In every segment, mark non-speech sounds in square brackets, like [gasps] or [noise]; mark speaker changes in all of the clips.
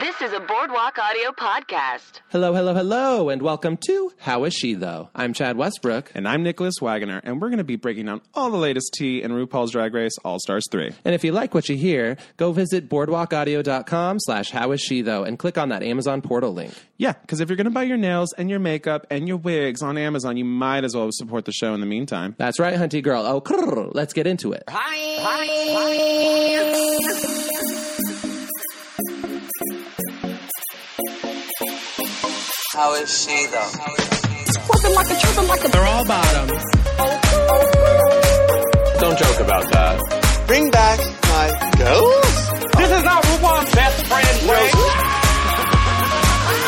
Speaker 1: This is a Boardwalk Audio podcast.
Speaker 2: Hello, hello, hello, and welcome to How Is She Though? I'm Chad Westbrook,
Speaker 3: And I'm Nicholas Wagoner, and we're going to be breaking down all the latest tea in RuPaul's Drag Race All Stars 3.
Speaker 2: and if you like what you hear, go visit boardwalkaudio.com slash How Is She Though and click on that Amazon portal link.
Speaker 3: Yeah, because if you're going to buy your nails and your makeup and your wigs on Amazon, you might as well support the show in the meantime.
Speaker 2: That's right, hunty girl. Oh, crrr, let's get into it.
Speaker 4: How is she though?
Speaker 5: Swerving like a tripping like a
Speaker 2: They're all bottoms.
Speaker 6: Don't joke about that.
Speaker 4: Bring back my girls.
Speaker 6: This is not RuPaul's best friend, Ray.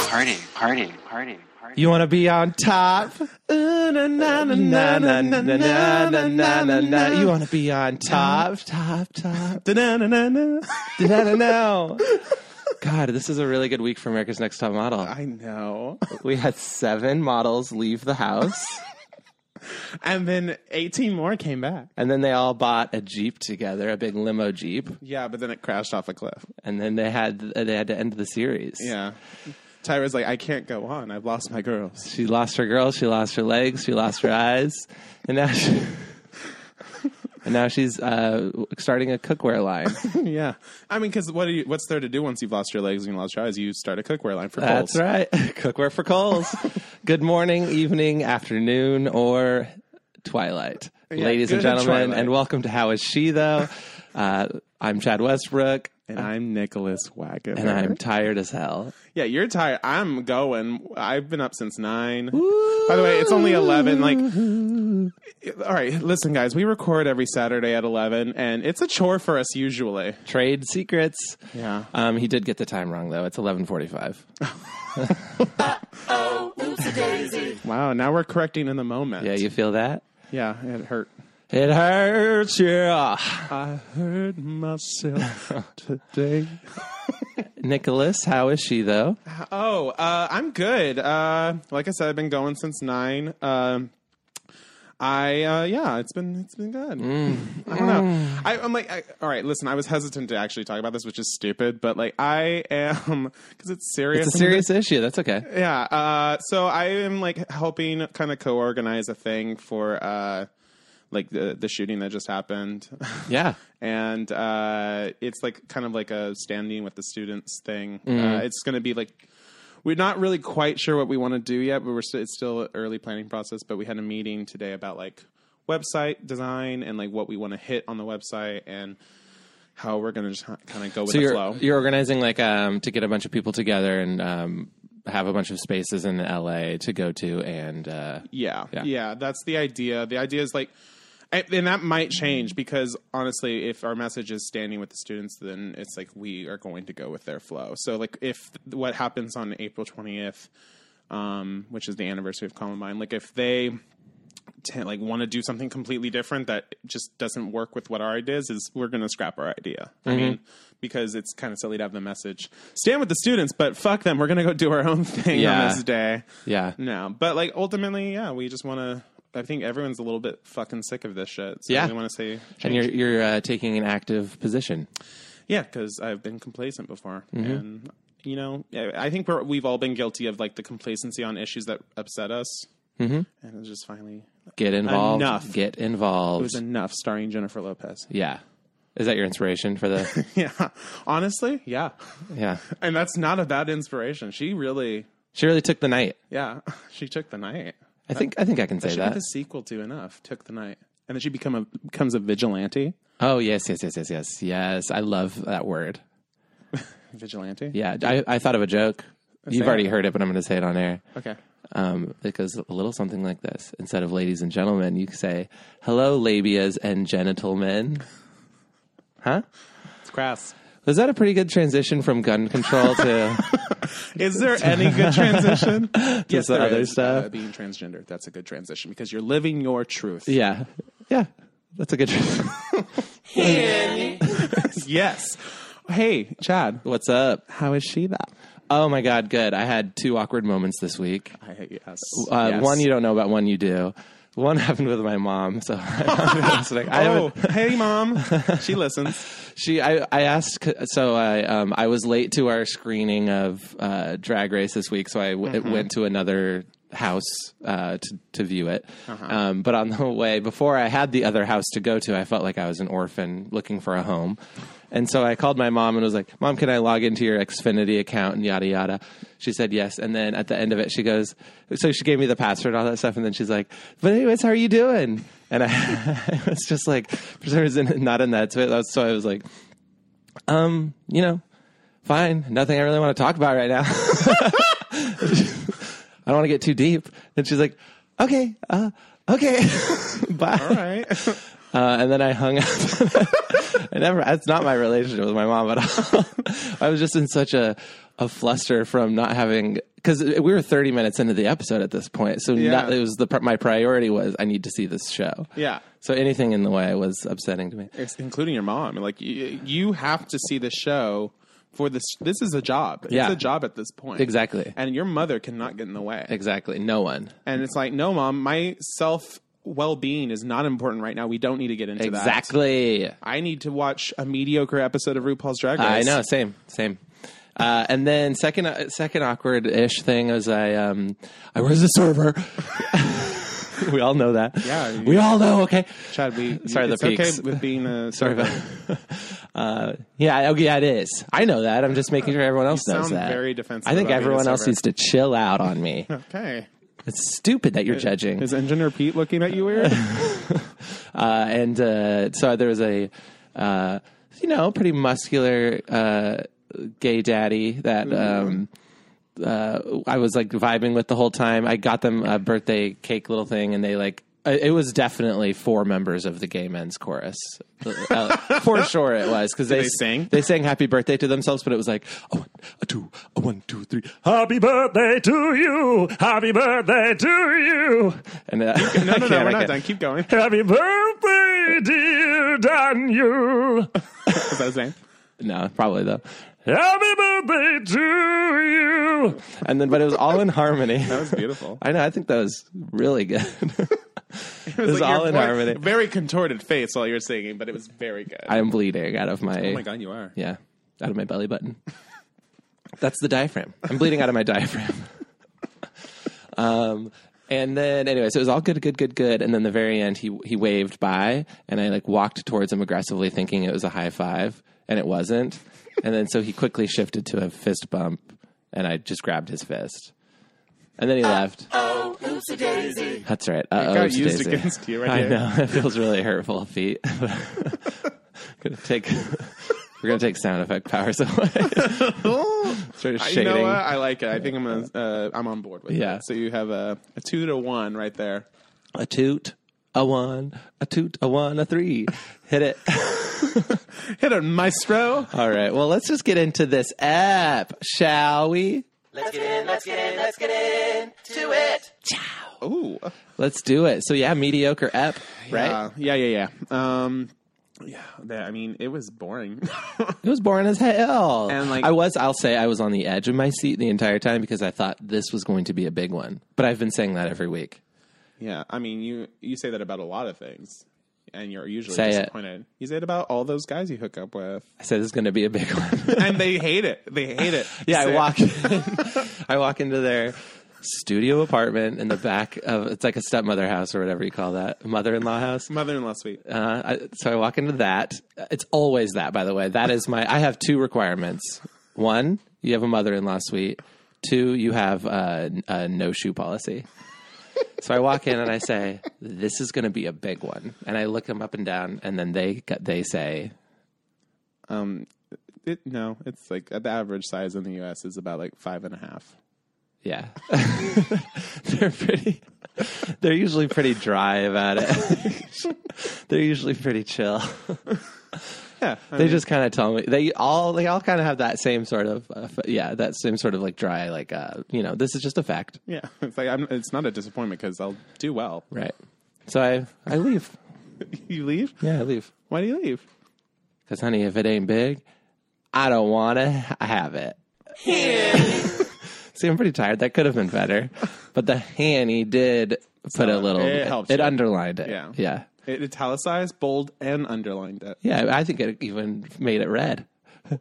Speaker 4: Party, party, party, party.
Speaker 3: You want to be on top?
Speaker 2: Na, na, na, na, na, na, na, na. You want to be on top, top, top. Na, na, na. God, this is a really good week for America's Next Top Model.
Speaker 3: I know.
Speaker 2: We had seven models leave the house.
Speaker 3: And then 18 more came back.
Speaker 2: And then they all bought a Jeep together, a big limo Jeep,
Speaker 3: Yeah, but then it crashed off a cliff.
Speaker 2: and then they had they had to end the series.
Speaker 3: Yeah. Tyra's like, I can't go on. I've lost my girls. [laughs]
Speaker 2: She lost her girl, she lost her legs, she lost her eyes, and now she [laughs] And now she's uh, starting a cookware
Speaker 3: [laughs]
Speaker 2: line.
Speaker 3: yeah. I mean, because what do you, what's there to do once you've lost your legs and you lost your eyes? You start a cookware line for
Speaker 2: That's
Speaker 3: Kohl's.
Speaker 2: right. Cookware for Coles. Good morning, evening, afternoon, or twilight. Ladies and
Speaker 3: good and
Speaker 2: gentlemen, and,
Speaker 3: twilight.
Speaker 2: welcome to How Is She Though? Uh, I'm Chad Westbrook,
Speaker 3: And I'm Nicholas Wagoner.
Speaker 2: and I'm tired as hell.
Speaker 3: Yeah, you're tired. I'm going. I've been up since nine. By the way, it's only eleven. Like, all right, listen, guys. We record every Saturday at eleven, and it's a chore for us usually.
Speaker 2: Trade secrets.
Speaker 3: Yeah.
Speaker 2: Um, he did get the time wrong though. It's eleven forty-five.
Speaker 3: Wow. Now we're correcting in the moment.
Speaker 2: Yeah, you feel that?
Speaker 3: yeah. It hurt.
Speaker 2: It hurts, yeah.
Speaker 3: I hurt [laughs] myself today.
Speaker 2: Nicholas, how is she though?
Speaker 3: Oh, uh, I'm good. Uh, like I said, I've been going since nine. Um, I uh, yeah, it's been it's been good.
Speaker 2: Mm.
Speaker 3: I don't know. I, I'm like, I, all right, listen. I was hesitant to actually talk about this, which is stupid, but like I am [laughs] because it's serious.
Speaker 2: It's a serious issue. That's okay.
Speaker 3: Yeah. Uh, so I am like helping kind of co-organize a thing for uh, like the the shooting that just happened. [laughs]
Speaker 2: Yeah.
Speaker 3: and uh, it's like kind of like a standing with the students thing.
Speaker 2: Mm-hmm.
Speaker 3: Uh, it's going to be like we're not really quite sure what we want to do yet, but we're st- it's still early planning process. But we had a meeting today about like website design and like what we want to hit on the website and how we're going to just kind of go with
Speaker 2: So
Speaker 3: the
Speaker 2: you're
Speaker 3: flow.
Speaker 2: you're organizing like um to get a bunch of people together and um have a bunch of spaces in LA to go to and uh
Speaker 3: Yeah,
Speaker 2: Yeah.
Speaker 3: yeah, That's the idea. The idea is like, and and that might change because honestly, if our message is standing with the students, then it's like we are going to go with their flow. So like, if what happens on April twentieth, um, which is the anniversary of Columbine, like if they ten, like want to do something completely different that just doesn't work with what our idea is, is we're going to scrap our idea. I
Speaker 2: Mm-hmm.
Speaker 3: mean, because it's kind of silly to have the message stand with the students, but fuck them. We're going to go do our own thing
Speaker 2: Yeah.
Speaker 3: on this day.
Speaker 2: yeah.
Speaker 3: No, but like ultimately, yeah, we just want to. I think everyone's a little bit fucking sick of this shit. So
Speaker 2: Yeah.
Speaker 3: we want to say,
Speaker 2: And you're you're uh, taking an active position.
Speaker 3: yeah, because I've been complacent before, and you know, I I think we're, we've all been guilty of like the complacency on issues that upset us, mm-hmm. and it was just finally
Speaker 2: Get involved.
Speaker 3: Enough.
Speaker 2: Get
Speaker 3: it
Speaker 2: involved.
Speaker 3: was enough. Starring Jennifer Lopez.
Speaker 2: yeah. Is that your inspiration for the [laughs]
Speaker 3: Yeah, honestly, yeah,
Speaker 2: Yeah.
Speaker 3: and that's not a bad inspiration. She really,
Speaker 2: She really took the night.
Speaker 3: yeah, [laughs] she took the night.
Speaker 2: I think I think I can say
Speaker 3: She
Speaker 2: that.
Speaker 3: got the sequel to Enough. Took the night, and then she become a becomes a vigilante.
Speaker 2: Oh yes, yes, yes, yes, yes. Yes. I love that word.
Speaker 3: Vigilante.
Speaker 2: Yeah, I, I thought of a joke. You've
Speaker 3: it.
Speaker 2: already heard it, but I'm going to say it on air.
Speaker 3: Okay.
Speaker 2: Um, it goes a little something like this. Instead of ladies and gentlemen, you say, hello, labias and genital men. Huh?
Speaker 3: It's crass.
Speaker 2: Was that a pretty good transition from gun control to.
Speaker 3: Is there any
Speaker 2: [laughs]
Speaker 3: good transition? yes,
Speaker 2: the
Speaker 3: there
Speaker 2: other
Speaker 3: is.
Speaker 2: stuff.
Speaker 3: Uh, being transgender, that's a good transition because you're living your truth.
Speaker 2: yeah. Yeah. That's a good transition.
Speaker 3: Yes. Hey, Chad,
Speaker 2: [laughs] What's up?
Speaker 3: how is she that?
Speaker 2: Oh my God, good. I had two awkward moments this week.
Speaker 3: I, yes.
Speaker 2: Uh,
Speaker 3: Yes.
Speaker 2: One you don't know about, one you do. One [laughs] happened with my mom, so [laughs] I'm listening. I
Speaker 3: oh,
Speaker 2: haven't. [laughs]
Speaker 3: hey, mom. She listens.
Speaker 2: She, I, I asked. So I, um, I was late to our screening of uh, Drag Race this week, so I w- went to another house uh, to to view it. Um, but on the way, before I had the other house to go to, I felt like I was an orphan looking for a home, and so I called my mom and was like, "Mom, can I log into your Xfinity account?" And yada yada. She said yes, and then at the end of it, she goes. So she gave me the password and all that stuff, and then she's like, "But anyways, how are you doing?" And I, [laughs] I was just like, for some reason, not in that spirit. So I was like, um, you know, fine. Nothing I really want to talk about right now. [laughs] I don't want to get too deep. And she's like, okay, uh, okay, [laughs] bye.
Speaker 3: All right. [laughs]
Speaker 2: Uh, and then I hung up. [laughs] I never. That's not my relationship with my mom at all. [laughs] I was just in such a a fluster from not having because we were thirty minutes into the episode at this point, so
Speaker 3: Yeah.
Speaker 2: not, it was the pri- my priority was I need to see this show.
Speaker 3: Yeah.
Speaker 2: So anything in the way was upsetting to me.
Speaker 3: It's including your mom. Like you, you have to see the show for this. This is a job. It's
Speaker 2: Yeah.
Speaker 3: a job at this point.
Speaker 2: Exactly.
Speaker 3: And your mother cannot get in the way.
Speaker 2: Exactly. No one.
Speaker 3: And it's like, no, mom, my self well being is not important right now. We don't need to get into that.
Speaker 2: Exactly.
Speaker 3: I need to watch a mediocre episode of RuPaul's Drag Race.
Speaker 2: I know, same, same. Uh, and then second, uh, second awkward ish thing is I, um, I was the server. [laughs] we all know that.
Speaker 3: Yeah, you-
Speaker 2: we all know. Okay.
Speaker 3: Chad, we
Speaker 2: [laughs] Sorry, the
Speaker 3: it's okay
Speaker 2: peaks.
Speaker 3: with
Speaker 2: [laughs]
Speaker 3: being a
Speaker 2: Sorry about. uh, yeah, I- okay, yeah, it is. I know that. I'm just making sure everyone else
Speaker 3: You
Speaker 2: knows
Speaker 3: sound
Speaker 2: that.
Speaker 3: very defensive
Speaker 2: I think
Speaker 3: about being a
Speaker 2: everyone else
Speaker 3: server.
Speaker 2: needs to chill out on
Speaker 3: [laughs]
Speaker 2: me.
Speaker 3: Okay.
Speaker 2: it's stupid that you're judging.
Speaker 3: Is engineer Pete looking at you
Speaker 2: [laughs]
Speaker 3: weird?
Speaker 2: uh, and uh, so there was a uh, you know pretty muscular uh, gay daddy that
Speaker 3: Mm-hmm.
Speaker 2: um, uh, I was like vibing with the whole time. I got them a birthday cake little thing, and they like. uh, It was definitely four members of the gay men's chorus, uh,
Speaker 3: [laughs]
Speaker 2: for sure. It was because they,
Speaker 3: they sing?
Speaker 2: They sang "Happy Birthday" to themselves, but it was like a one, a two, a one, two, three. Happy birthday to you! Happy birthday to you! And uh, [laughs]
Speaker 3: No, no, no, we're not done. Keep going.
Speaker 2: Happy birthday, dear Daniel.
Speaker 3: That's what I was saying.
Speaker 2: no, probably though. Happy birthday to you. And then, but it was all in harmony.
Speaker 3: That was beautiful.
Speaker 2: [laughs] I know. I think that was really good. [laughs] it was,
Speaker 3: like
Speaker 2: all
Speaker 3: your
Speaker 2: in
Speaker 3: voice-
Speaker 2: harmony.
Speaker 3: Very contorted face while you were singing, but it was very good.
Speaker 2: I am bleeding out of my.
Speaker 3: oh my god, you are.
Speaker 2: Yeah, out of my belly button. That's the diaphragm. I'm bleeding out of my diaphragm. [laughs] um, and then, anyway, so it was all good, good, good, good. And then the very end, he he waved by, and I like walked towards him aggressively, thinking it was a high five, and it wasn't. and then so he quickly shifted to a fist bump, and I just grabbed his fist. And then he left. Oh, daisy. That's right. Uh,
Speaker 3: got used against you
Speaker 2: [laughs]
Speaker 3: right
Speaker 2: I
Speaker 3: here. [laughs]
Speaker 2: know. It feels really hurtful, Pete. [laughs] gonna take. We're gonna take sound effect powers [laughs] away. Sort of
Speaker 3: You
Speaker 2: shading.
Speaker 3: know uh, what? I like it. I think I'm gonna, uh, I'm on board with
Speaker 2: Yeah.
Speaker 3: it. So you have a, a two to one right there.
Speaker 2: a toot, a one, a toot, a one, a three. Hit it. [laughs]
Speaker 3: Hit it, maestro.
Speaker 2: All right. Well, let's just get into this app, shall we?
Speaker 3: Ooh.
Speaker 2: Let's do it. So yeah, mediocre app, right?
Speaker 3: Uh, yeah, yeah, yeah. Um, yeah, that- I mean, it was boring. [laughs]
Speaker 2: It was boring as hell.
Speaker 3: And, like-
Speaker 2: I was, I'll say, I was on the edge of my seat the entire time because I thought this was going to be a big one. But I've been saying that every week.
Speaker 3: yeah, I mean, you you say that about a lot of things, and you're usually
Speaker 2: Say it.
Speaker 3: disappointed. You say it about all those guys you hook up with, [laughs]
Speaker 2: I said it's going to be a big [laughs] one.
Speaker 3: and they hate it. They hate it.
Speaker 2: [laughs] Yeah,
Speaker 3: Say
Speaker 2: I
Speaker 3: it.
Speaker 2: walk in, [laughs] I walk into their studio apartment in the back of it's like a stepmother house or whatever you call that mother-in-law house.
Speaker 3: Mother-in-law suite.
Speaker 2: Uh, I, so I walk into that. It's always that, by the way. That is my. I have two requirements. One, you have a mother-in-law suite. Two, you have uh, a no shoe policy. So I walk in and I say, "This is going to be a big one." And I look them up and down, and then they they say,
Speaker 3: It, no, it's like uh, the average size in the U.S. is about like five and a half.
Speaker 2: Yeah. [laughs] they're pretty they're usually pretty dry about it. [laughs] they're usually pretty chill.
Speaker 3: Yeah, I
Speaker 2: They
Speaker 3: mean,
Speaker 2: just kind of tell me they all they all kind of have that same sort of uh, f- yeah, that same sort of like dry like uh, you know, this is just a fact,
Speaker 3: yeah. [laughs] It's like I'm, it's not a disappointment because I'll do well. [laughs]
Speaker 2: right? So I I leave.
Speaker 3: You leave?
Speaker 2: Yeah, I leave.
Speaker 3: Why do you leave?
Speaker 2: Cuz honey, if it ain't big, I don't want to have it. [laughs] See, I'm pretty tired. That could have been better. But the Hanny did put a little.
Speaker 3: it helps
Speaker 2: It
Speaker 3: you.
Speaker 2: underlined it.
Speaker 3: Yeah.
Speaker 2: yeah,
Speaker 3: It italicized, bold, and underlined it.
Speaker 2: yeah. I think it even made it red.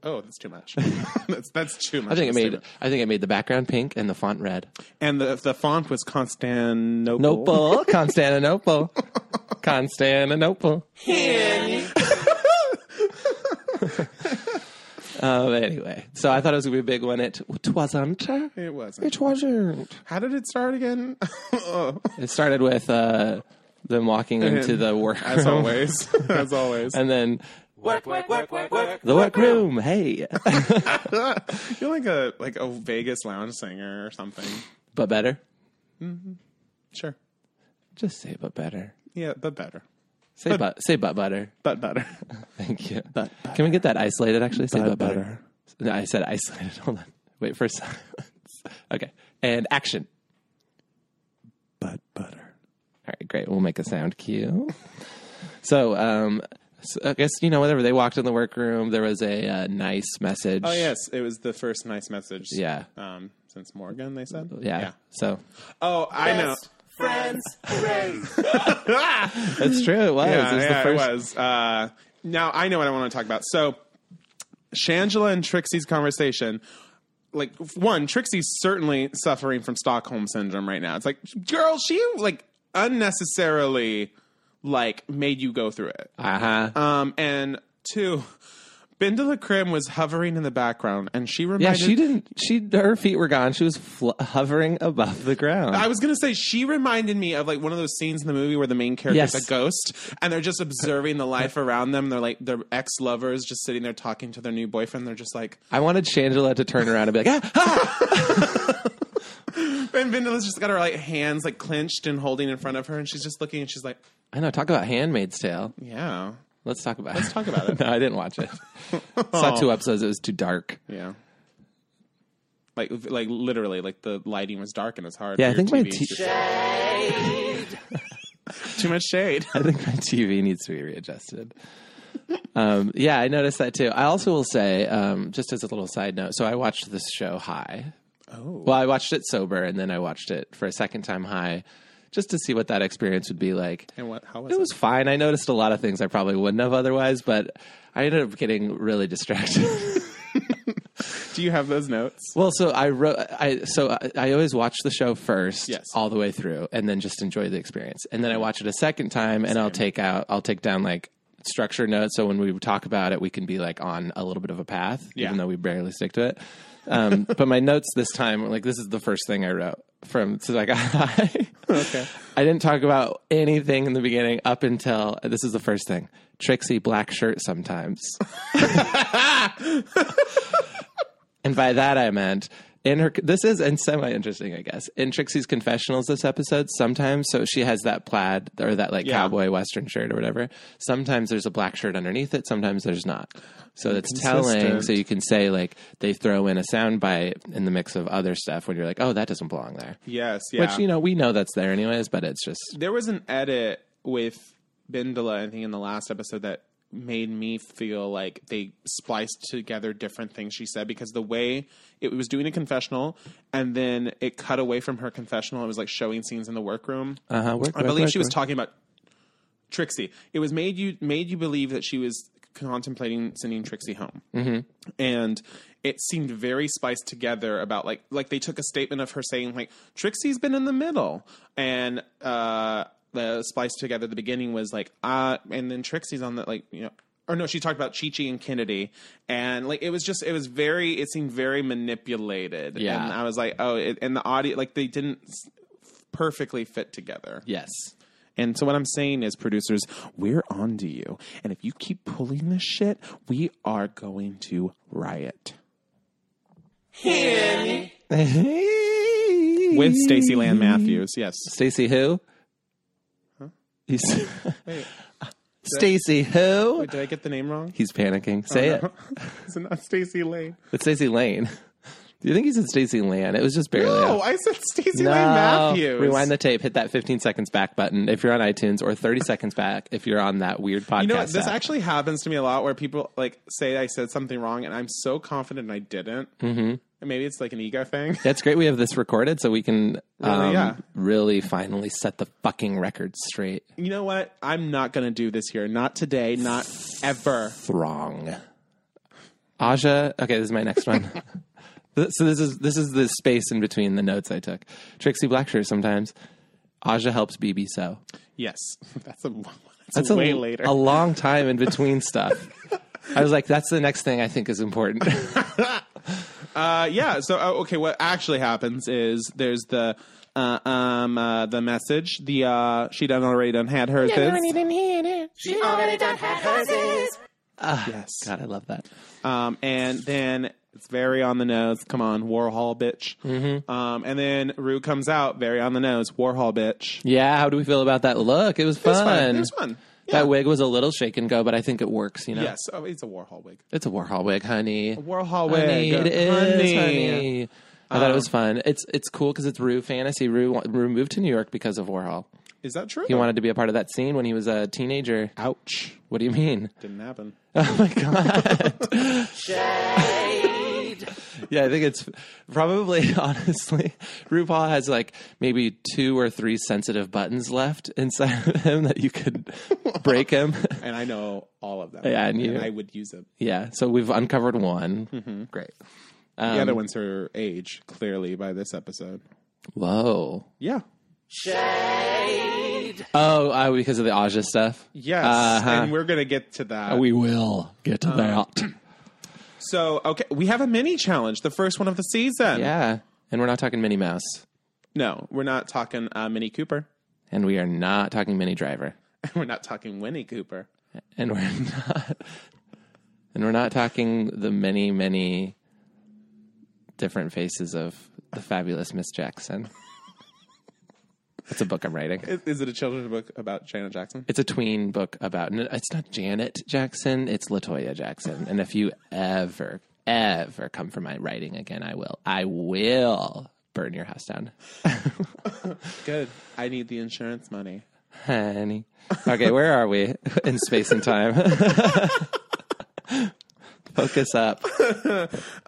Speaker 3: Oh, that's too much. [laughs] that's that's too much.
Speaker 2: I think it
Speaker 3: That's
Speaker 2: made.
Speaker 3: too much.
Speaker 2: I think it made the background pink and the font red.
Speaker 3: and the the font was Constantinople.
Speaker 2: Nople, Constantinople, Constantinople. [laughs] um, anyway, so I thought it was gonna be a big one. It wasn't.
Speaker 3: It wasn't.
Speaker 2: It wasn't.
Speaker 3: How did it start again? [laughs] Oh,
Speaker 2: It started with uh, them walking into the
Speaker 3: as
Speaker 2: workroom,
Speaker 3: always, as
Speaker 2: [laughs]
Speaker 3: always.
Speaker 2: and then
Speaker 6: Work, work, work, work, work.
Speaker 2: the workroom. Hey,
Speaker 3: [laughs]
Speaker 2: [laughs]
Speaker 3: You're like a like a Vegas lounge singer or something.
Speaker 2: but better.
Speaker 3: Sure.
Speaker 2: Just say but better.
Speaker 3: Yeah, but better.
Speaker 2: Say but, say but butter.
Speaker 3: But
Speaker 2: [laughs]
Speaker 3: better.
Speaker 2: Thank you. Can we get that isolated? Actually, say but, butter. No, I said isolated. [laughs] Hold on. Wait for a second. [laughs] Okay. And action.
Speaker 3: But butter.
Speaker 2: All right, great. We'll make a sound cue. So, um, so I guess you know whenever they walked in the workroom, there was a uh, nice message.
Speaker 3: Oh yes, it was the first nice message.
Speaker 2: Yeah.
Speaker 3: Um, since Morgan, they said.
Speaker 2: Yeah. So
Speaker 3: Oh, I know. [laughs]
Speaker 2: that's true. It was.
Speaker 3: Yeah,
Speaker 2: it was
Speaker 3: yeah,
Speaker 2: the first.
Speaker 3: it was. Uh, now I know what I want to talk about. So, Shangela and Trixie's conversation. Like f- one, Trixie's certainly suffering from Stockholm syndrome right now. It's like, girl, she like unnecessarily like made you go through it.
Speaker 2: Uh huh.
Speaker 3: Um, and two, Bindala Krim was hovering in the background, and she reminded
Speaker 2: yeah, she didn't. She her feet were gone. She was fl- hovering above the ground.
Speaker 3: I was gonna say she reminded me of like one of those scenes in the movie where the main character is
Speaker 2: Yes.
Speaker 3: a ghost and they're just observing the life around them. They're like their ex lovers just sitting there talking to their new boyfriend. They're just like
Speaker 2: I wanted Shangela to turn around and be like, ah, ah!
Speaker 3: and Vindela's just got her like hands like clenched and holding in front of her and she's just looking and she's like,
Speaker 2: I know. Talk about Handmaid's Tale.
Speaker 3: Yeah.
Speaker 2: Let's talk about.
Speaker 3: Let's
Speaker 2: it. [laughs]
Speaker 3: talk about it. Oh.
Speaker 2: no, I didn't watch it. Saw two episodes. It was too dark.
Speaker 3: [laughs] Yeah. Like like literally, like the lighting was dark and it's hard.
Speaker 2: Yeah, I
Speaker 3: for your
Speaker 2: think my
Speaker 3: TV.
Speaker 2: t-
Speaker 3: [laughs] too much shade.
Speaker 2: I think my TV needs to be readjusted. Um, yeah, I noticed that too. I also will say, um, just as a little side note, so I watched this show high. Oh. Well, I watched it sober and then I watched it for a second time high just to see what that experience would be like.
Speaker 3: And what? How was
Speaker 2: It was fine. I noticed a lot of things I probably wouldn't have otherwise, but I ended up getting really distracted. [laughs]
Speaker 3: Do you have those notes?
Speaker 2: Well, so I wrote. I so I, I always watch the show first,
Speaker 3: Yes.
Speaker 2: all the way through, and then just enjoy the experience. And then I watch it a second time, and I'll take out, I'll take down like structure notes, so when we talk about it, we can be like on a little bit of a path,
Speaker 3: Yeah.
Speaker 2: even though we barely stick to it. Um, [laughs] but my notes this time, were like this is the first thing I wrote from since I got high. okay, [laughs] I didn't talk about anything in the beginning up until this is the first thing. Trixie black shirt sometimes. [laughs] And by that I meant in her. This is and semi interesting, I guess. In Trixie's confessionals, this episode sometimes so she has that plaid or that like
Speaker 3: Yeah.
Speaker 2: cowboy western shirt or whatever. Sometimes there's a black shirt underneath it. Sometimes there's not. So it's telling.
Speaker 3: Consistent.
Speaker 2: So you can say like they throw in a sound bite in the mix of other stuff when you're like, oh, that doesn't belong there.
Speaker 3: Yes. Yeah.
Speaker 2: Which you know we know that's there anyways, but it's just
Speaker 3: there was an edit with Bindala, I think, in the last episode that made me feel like they spliced together different things she said because the way it was doing a confessional and then it cut away from her confessional. It was like showing scenes in the workroom.
Speaker 2: uh, work,
Speaker 3: I believe she was talking about Trixie. It was made you made you believe that she was contemplating sending Trixie home, mm-hmm. and it seemed very spliced together. About like like they took a statement of her saying like Trixie's been in the middle, and uh, the spliced together at the beginning was like uh, and then Trixie's on the like you know. Or no, she talked about Chi-Chi and Kennedy, and like it was just it was very it seemed very manipulated.
Speaker 2: Yeah.
Speaker 3: and I was like, oh, it, and the audio like they didn't s- perfectly fit together.
Speaker 2: yes.
Speaker 3: And so what I'm saying is, producers, we're on to you. And if you keep pulling this shit, we are going to riot. With Stacy Land Matthews, yes.
Speaker 2: Stacy who? He's [laughs] Stacy who?
Speaker 3: Wait, Oh, did I get the name wrong? [laughs]
Speaker 2: He's panicking. Say it.
Speaker 3: Is it not Stacy Lane?
Speaker 2: It's Stacey Lane. [laughs] Do you think he said Stacy Land? It was just barely.
Speaker 3: No,
Speaker 2: out.
Speaker 3: I said Stacey
Speaker 2: No.
Speaker 3: Lane Matthews.
Speaker 2: Rewind the tape. Hit that 15 seconds back button if you're on iTunes, or 30 seconds back if you're on that weird podcast.
Speaker 3: You know, what? this
Speaker 2: app.
Speaker 3: actually happens to me a lot where people like say I said something wrong and I'm so confident I didn't. Mm-hmm. And maybe it's like an ego thing. [laughs]
Speaker 2: That's great. We have this recorded, so we can um, really,
Speaker 3: yeah.
Speaker 2: finally set the fucking record straight.
Speaker 3: You know what? I'm not going to do this here. Not today, not ever.
Speaker 2: Throng. Aja. Okay, this is my next [laughs] one. Th- so this is this is the space in between the notes I took. Trixie Blackshear sometimes. Aja helps BB sew.
Speaker 3: Yes. [laughs] That's a that's,
Speaker 2: That's
Speaker 3: a
Speaker 2: a,
Speaker 3: way later.
Speaker 2: a long time in between stuff. I was like, that's the next thing I think is [laughs] important.
Speaker 3: Uh, yeah. So oh, okay, what actually happens is there's the uh, um uh, the message. The uh, she done already done had her thing. Yes.
Speaker 2: God, I love that.
Speaker 3: Um, and then it's very on the nose. Come on, Warhol bitch. Mm-hmm. Um, and then Rue comes out very on the nose. Warhol bitch.
Speaker 2: Yeah, how do we feel about that look? It was fun.
Speaker 3: It's fun. It's fun. Yeah.
Speaker 2: That wig was a little shake and go, but I think it works, you know?
Speaker 3: Yes. Oh, it's a Warhol wig.
Speaker 2: It's a Warhol wig, honey.
Speaker 3: Warhol wig.
Speaker 2: honey, it is, honey. Um,
Speaker 3: Honey.
Speaker 2: I thought it was fun. It's it's cool because it's Rue fantasy. Rue, wa- Rue moved to New York because of Warhol.
Speaker 3: Is that true?
Speaker 2: He wanted to be a part of that scene when he was a teenager.
Speaker 3: Ouch.
Speaker 2: What do you mean?
Speaker 3: Didn't happen.
Speaker 2: Oh my god. Shade. [laughs] Yeah, I think it's probably [laughs] honestly RuPaul has like maybe two or three sensitive buttons left inside of him that you [laughs] could break him. [laughs]
Speaker 3: And I know all of them.
Speaker 2: Yeah, and you-
Speaker 3: I would use them.
Speaker 2: Yeah, so we've uncovered one. Mm-hmm. Great. Um,
Speaker 3: the other one's her age, clearly, by this episode.
Speaker 2: Whoa.
Speaker 3: Yeah.
Speaker 2: Oh, uh, because of the Aja stuff.
Speaker 3: Yes.
Speaker 2: Uh-huh.
Speaker 3: And we're going to get to that.
Speaker 2: We will get to that.
Speaker 3: so, okay, we have a mini challenge, the first one of the season.
Speaker 2: Yeah, and we're not talking Minnie Mouse,
Speaker 3: No, we're not talking uh, Minnie Cooper. [laughs]
Speaker 2: and we are not talking Minnie Driver,
Speaker 3: we're not talking Winnie Cooper.
Speaker 2: and we're [laughs] not, and we're not talking the many, many different faces of the fabulous Miss Jackson. It's a book I'm writing.
Speaker 3: Is, is it a children's book about Janet Jackson?
Speaker 2: It's a tween book about. no, It's not Janet Jackson. It's Latoya Jackson. And if you ever, ever come for my writing again, I will. I will burn your house down,
Speaker 3: Good. I need the insurance money.
Speaker 2: honey. Okay, where are we [laughs] in space and time? [laughs] Focus up.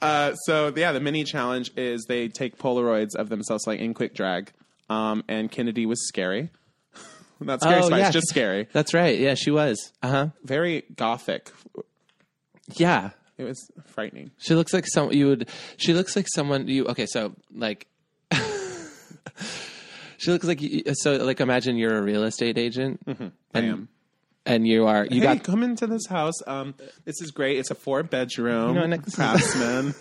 Speaker 3: Uh, so, yeah, the mini challenge is they take Polaroids of themselves, like in quick drag. Um, and Kennedy was scary. [laughs] not scary spice,
Speaker 2: yes.
Speaker 3: just scary.
Speaker 2: That's right. Yeah, she was. Uh huh.
Speaker 3: Very gothic.
Speaker 2: Yeah,
Speaker 3: It was frightening.
Speaker 2: She looks like some you would. She looks like someone you. Okay, so like. [laughs] she looks like you- so. Like imagine you're a real estate agent. And,
Speaker 3: Mm-hmm. am.
Speaker 2: And you are you
Speaker 3: hey,
Speaker 2: got
Speaker 3: come into this house. Um, this is great. It's a four bedroom
Speaker 2: No, Nick, this is- [laughs]
Speaker 3: craftsman.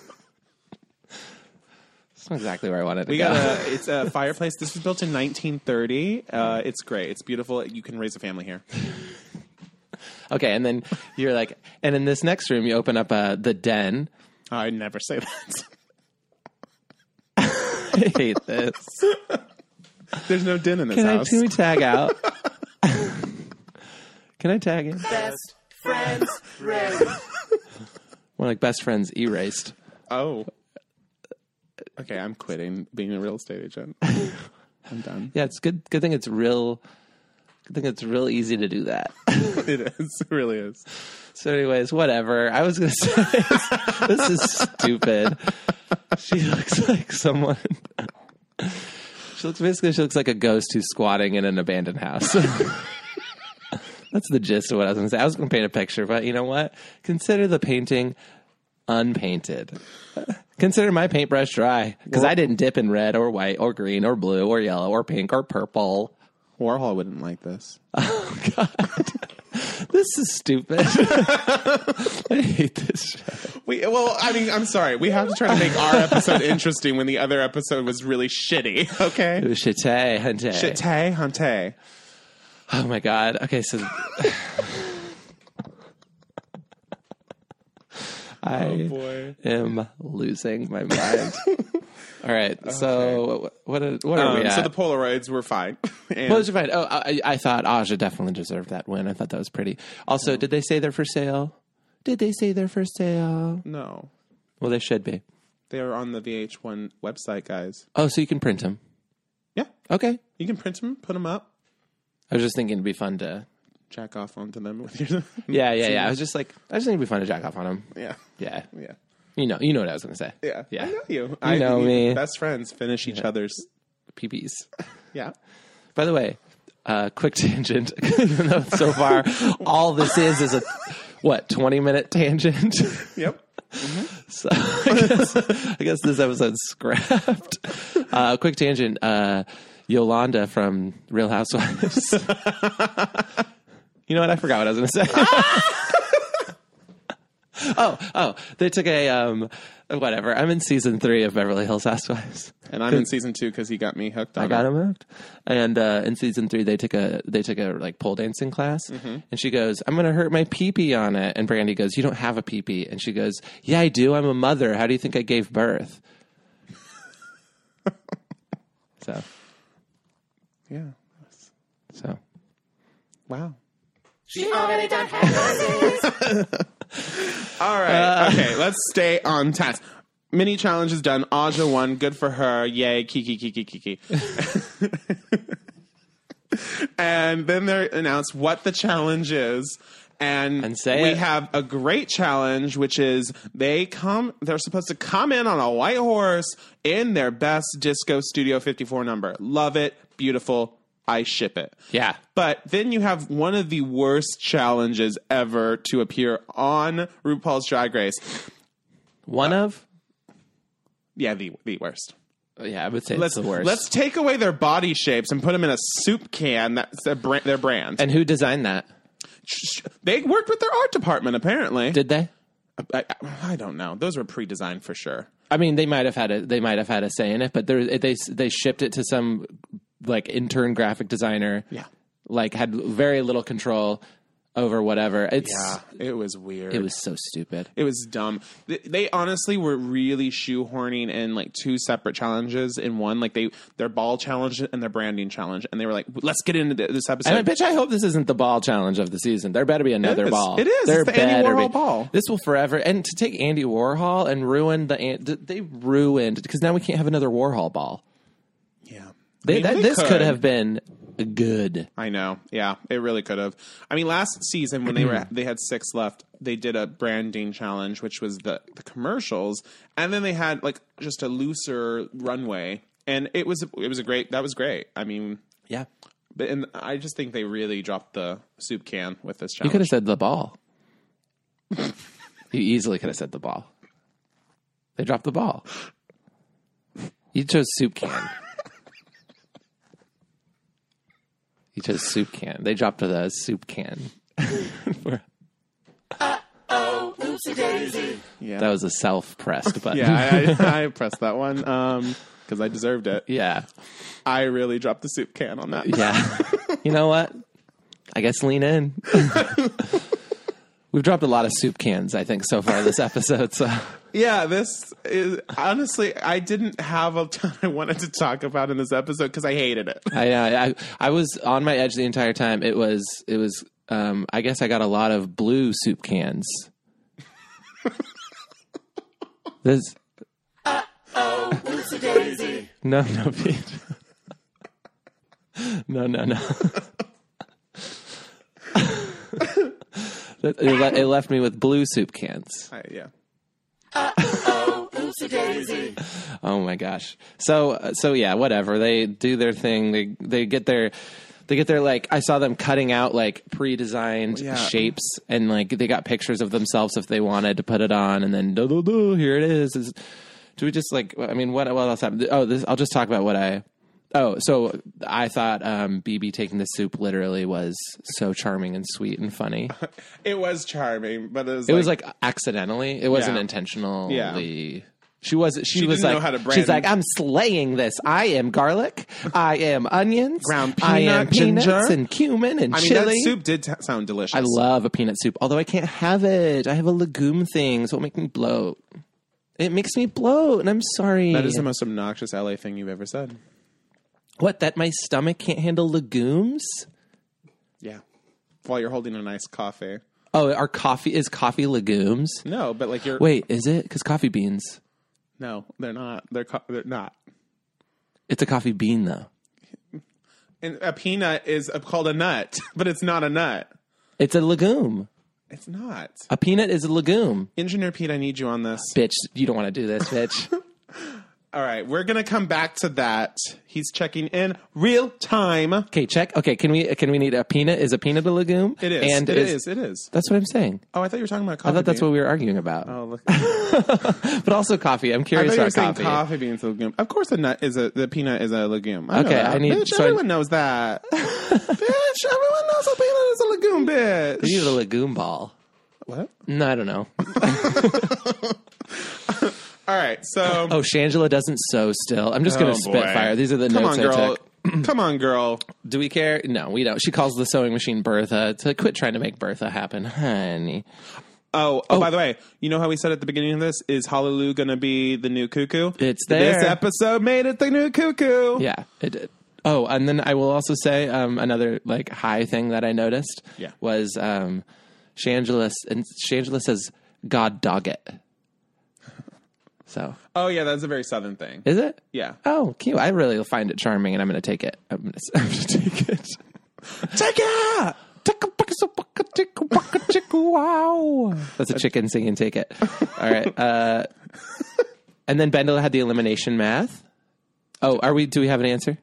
Speaker 2: that's exactly where I wanted to
Speaker 3: We
Speaker 2: go.
Speaker 3: got a. It's a fireplace. This was built in 1930. Uh, it's great. It's beautiful. You can raise a family here.
Speaker 2: [laughs] okay, and then you're like, and in this next room you open up uh, the den. [laughs]
Speaker 3: I never say that. [laughs]
Speaker 2: I hate this.
Speaker 3: There's no din in this
Speaker 2: Can I
Speaker 3: house.
Speaker 2: can we tag [laughs] out? can I tag in?
Speaker 6: Best friends ready.
Speaker 2: We're like best friends erased.
Speaker 3: oh. Okay, I'm quitting being a real estate
Speaker 2: [laughs]
Speaker 3: agent. I'm done. [laughs]
Speaker 2: Yeah, it's good. Good thing it's real. Good thing it's real easy to do that.
Speaker 3: It is. It really is.
Speaker 2: So, anyways, whatever. I was gonna [laughs] say this is stupid. She looks like someone. She looks basically she looks like a ghost who's squatting in an abandoned house. [laughs] That's the gist of what I was gonna say. I was gonna paint a picture, but you know what? Consider the painting unpainted. Consider my paintbrush dry because I didn't dip in red or white or green or blue or yellow or pink or purple.
Speaker 3: Warhol wouldn't like this.
Speaker 2: This is stupid. [laughs] I hate this show.
Speaker 3: We, well, I mean, I'm sorry. We have to try to make our
Speaker 2: [laughs]
Speaker 3: episode interesting when the other episode was really shitty. Okay.
Speaker 2: It was Shite, Hunte.
Speaker 3: Chitay Hunte.
Speaker 2: Oh my god. Okay, [laughs] so I [laughs]
Speaker 3: boy.
Speaker 2: am losing my mind. All right. So wh- what what are we
Speaker 3: Um,
Speaker 2: at?
Speaker 3: so the Polaroids were fine. [laughs] And
Speaker 2: what was your find? Oh, I, I thought Aja definitely deserved that win. I thought that was pretty. Also, did they say they're for sale? Did they say they're for sale?
Speaker 3: no.
Speaker 2: Well, they should be.
Speaker 3: They are on the VH1 website, guys.
Speaker 2: Oh, so you can print them.
Speaker 3: Yeah,
Speaker 2: Okay.
Speaker 3: you can print them, put them up,
Speaker 2: I was just thinking it'd be fun to.
Speaker 3: jack off onto them with your. [laughs]
Speaker 2: Yeah, yeah, yeah. I was just like, I just think it'd be fun to jack off on them.
Speaker 3: yeah,
Speaker 2: Yeah.
Speaker 3: yeah,
Speaker 2: You know, you know what I was going to say.
Speaker 3: yeah,
Speaker 2: Yeah.
Speaker 3: I know you. I
Speaker 2: know
Speaker 3: we-
Speaker 2: me.
Speaker 3: Best friends finish each other's.
Speaker 2: PBs.
Speaker 3: Yeah.
Speaker 2: By the way, uh, quick [laughs] tangent. Even though so far all this is is a what twenty minute tangent. [laughs]
Speaker 3: Yep.
Speaker 2: so I guess, I guess this episode's scrapped. Uh, quick tangent. Uh, Yolanda from Real Housewives. [laughs] you know what? I forgot what I was going to say. [laughs] oh, oh, they took a um, whatever. I'm in season three of Beverly Hills Housewives.
Speaker 3: And I'm in season two because he got me hooked on
Speaker 2: I got him hooked. And uh, in season three, they took a they took a like pole dancing class,
Speaker 3: Mm-hmm.
Speaker 2: and she goes, "I'm gonna hurt my pee pee on it." And Brandy goes, "You don't have a pee pee," and she goes, "Yeah, I do. I'm a mother. How do you think I gave
Speaker 3: [laughs]
Speaker 2: birth?" so,
Speaker 3: Yeah.
Speaker 2: so
Speaker 3: Wow.
Speaker 6: She already done had
Speaker 3: [laughs] All right. okay, let's stay on task. Mini challenge is done. Aja won. Good for her. Yay. Kiki, kiki, kiki. [laughs] and then they announce what the challenge is. And,
Speaker 2: And say
Speaker 3: we
Speaker 2: it.
Speaker 3: have a great challenge, which is they come. They're supposed to come in on a white horse in their best disco studio fifty four number. Love it, beautiful. I ship it.
Speaker 2: Yeah.
Speaker 3: But then you have one of the worst challenges ever to appear on RuPaul's Drag Race.
Speaker 2: one of
Speaker 3: Yeah, the the worst.
Speaker 2: yeah, I would say
Speaker 3: Let's
Speaker 2: it's the worst.
Speaker 3: let's take away their body shapes and put them in a soup can. That's their brand. Their brand.
Speaker 2: and who designed that?
Speaker 3: Sh- they worked with their art department apparently.
Speaker 2: Did they?
Speaker 3: I, I- I don't know. Those were pre-designed for sure.
Speaker 2: I mean, they might have had a they might have had a say in it, but there, they they shipped it to some like intern graphic designer.
Speaker 3: Yeah.
Speaker 2: like had very little control over whatever. It's
Speaker 3: Ah, it was weird.
Speaker 2: it was so stupid.
Speaker 3: It was dumb. Th- They honestly were really shoehorning in like two separate challenges in one. Like they their ball challenge and their branding challenge, and they were like, "Let's get into th- this episode."
Speaker 2: And I bitch, I hope this isn't the ball challenge of the season. There better be another
Speaker 3: It is.
Speaker 2: ball.
Speaker 3: It is.
Speaker 2: There
Speaker 3: It's the Andy
Speaker 2: better
Speaker 3: Warhol ball.
Speaker 2: This will forever. And to take Andy Warhol and ruin the An- th- they ruined because now we can't have another Warhol ball.
Speaker 3: yeah,
Speaker 2: They,
Speaker 3: I mean,
Speaker 2: that,
Speaker 3: we
Speaker 2: this could. have been good.
Speaker 3: I know. Yeah, it really could have. I mean, last season when they were they had six left, they did a branding challenge, which was the the commercials, and then they had like just a looser runway, and it was it was a great that was great. I mean,
Speaker 2: Yeah,
Speaker 3: but and I just think they really dropped the soup can with this
Speaker 2: you
Speaker 3: challenge.
Speaker 2: could have said the ball. you easily could have said the ball. They dropped the ball. You chose soup can. you chose soup can. They dropped the soup can.
Speaker 6: it. Oopsie daisy.
Speaker 2: That was a self-pressed button.
Speaker 3: Yeah, I,
Speaker 2: [laughs]
Speaker 3: I, I pressed that one because I deserved it.
Speaker 2: Yeah.
Speaker 3: I really dropped the soup can on that.
Speaker 2: Yeah. you know what? I guess lean in. [laughs] We've dropped a lot of soup cans, I think, so far this episode. So
Speaker 3: Yeah, this is honestly, I didn't have a ton I wanted to talk about in this episode because I hated it.
Speaker 2: I, I, I, I was on my edge the entire time. It was, it was. Um, I guess I got a lot of blue soup cans. this
Speaker 6: Oopsie daisy.
Speaker 2: no, no, Pete. no, no, no. [laughs] it, le- it left me with blue soup cans.
Speaker 3: I, yeah.
Speaker 6: Oopsie daisy.
Speaker 2: Oh my gosh. So uh, so yeah, whatever. They do their thing. They they get their they get their like I saw them cutting out like pre-designed
Speaker 3: Yeah.
Speaker 2: shapes and like they got pictures of themselves if they wanted to put it on and then do do do here it is. Is- do we just like I mean what what else happened? Oh, this I'll just talk about what I Oh, so I thought um, BB taking the soup literally was so charming and sweet and funny.
Speaker 3: It was charming, but it was,
Speaker 2: It
Speaker 3: like,
Speaker 2: was like accidentally. It wasn't
Speaker 3: Yeah.
Speaker 2: intentionally.
Speaker 3: Yeah.
Speaker 2: She was. She,
Speaker 3: She
Speaker 2: was
Speaker 3: didn't
Speaker 2: like.
Speaker 3: know how to brand.
Speaker 2: she's like. I'm slaying this. I am garlic. I am onions.
Speaker 3: Ground
Speaker 2: I am
Speaker 3: peanut, ginger.
Speaker 2: peanuts and cumin and
Speaker 3: I mean,
Speaker 2: chili.
Speaker 3: that soup did t- sound delicious.
Speaker 2: I love a peanut soup, although I can't have it. I have a legume thing, so it makes me bloat. It makes me bloat, and I'm sorry.
Speaker 3: that. Is the most obnoxious LA thing you've ever said.
Speaker 2: what? That my stomach can't handle legumes?
Speaker 3: Yeah. While you're holding a nice coffee.
Speaker 2: Oh, our coffee is coffee legumes.
Speaker 3: No, but like you're
Speaker 2: Wait, is it? Because coffee beans.
Speaker 3: No, they're not. They're co- they're not.
Speaker 2: It's a coffee bean, though.
Speaker 3: And a peanut is a, called a nut, [laughs] but it's not a nut.
Speaker 2: It's a legume.
Speaker 3: It's not.
Speaker 2: A peanut is a legume.
Speaker 3: Engineer Pete, I need you on this.
Speaker 2: Bitch, you don't want to do this,
Speaker 3: [laughs]
Speaker 2: bitch.
Speaker 3: All right, we're gonna come back to that. He's checking in real time.
Speaker 2: okay, check. Okay, can we can we need a peanut? Is a peanut a legume?
Speaker 3: It is.
Speaker 2: And
Speaker 3: it
Speaker 2: is-
Speaker 3: is. It is.
Speaker 2: That's what I'm saying.
Speaker 3: Oh, I thought you were talking about coffee.
Speaker 2: I thought that's what
Speaker 3: bean.
Speaker 2: we were arguing about.
Speaker 3: Oh, look.
Speaker 2: But also coffee. I'm
Speaker 3: I
Speaker 2: curious
Speaker 3: thought you were
Speaker 2: about
Speaker 3: saying
Speaker 2: coffee.
Speaker 3: coffee. beans a legume. Of course, a nut is a the peanut is a legume. I know
Speaker 2: Okay,
Speaker 3: that.
Speaker 2: I need-
Speaker 3: Bitch,
Speaker 2: so I-
Speaker 3: everyone knows
Speaker 2: [laughs]
Speaker 3: that. bitch, everyone knows a peanut is a legume. Bitch.
Speaker 2: We need a legume ball.
Speaker 3: what?
Speaker 2: No, I don't know.
Speaker 3: All right, so
Speaker 2: Oh, Shangela doesn't sew still. I'm just
Speaker 3: Oh,
Speaker 2: going
Speaker 3: boy.
Speaker 2: to spitfire. These are the
Speaker 3: Come
Speaker 2: notes
Speaker 3: on,
Speaker 2: I
Speaker 3: girl.
Speaker 2: took.
Speaker 3: [clears throat] Come on, girl.
Speaker 2: Do we care? No, we don't. She calls the sewing machine Bertha to quit trying to make Bertha happen, honey.
Speaker 3: Oh, oh, by the way, you know how we said at the beginning of this is Hallelujah going to be the new cuckoo?
Speaker 2: It's
Speaker 3: This
Speaker 2: there.
Speaker 3: episode made it the new
Speaker 2: [laughs]
Speaker 3: cuckoo.
Speaker 2: Yeah, it did. Oh, and then I will also say um, another like high thing that I noticed
Speaker 3: Yeah.
Speaker 2: was um, Shangela and Shangela says God dog [laughs] it. So
Speaker 3: Oh yeah, that's a very southern thing.
Speaker 2: is it?
Speaker 3: Yeah.
Speaker 2: Oh, cute. I really find it charming, and I'm going to take it. [laughs] I'm going to take it.
Speaker 3: Take it.
Speaker 2: Take a bucket, so bucket, take a bucket, take a wow. That's a chicken singing take it. All right. Uh, and then Bendel had the elimination math. Oh, are we? Do we have an answer?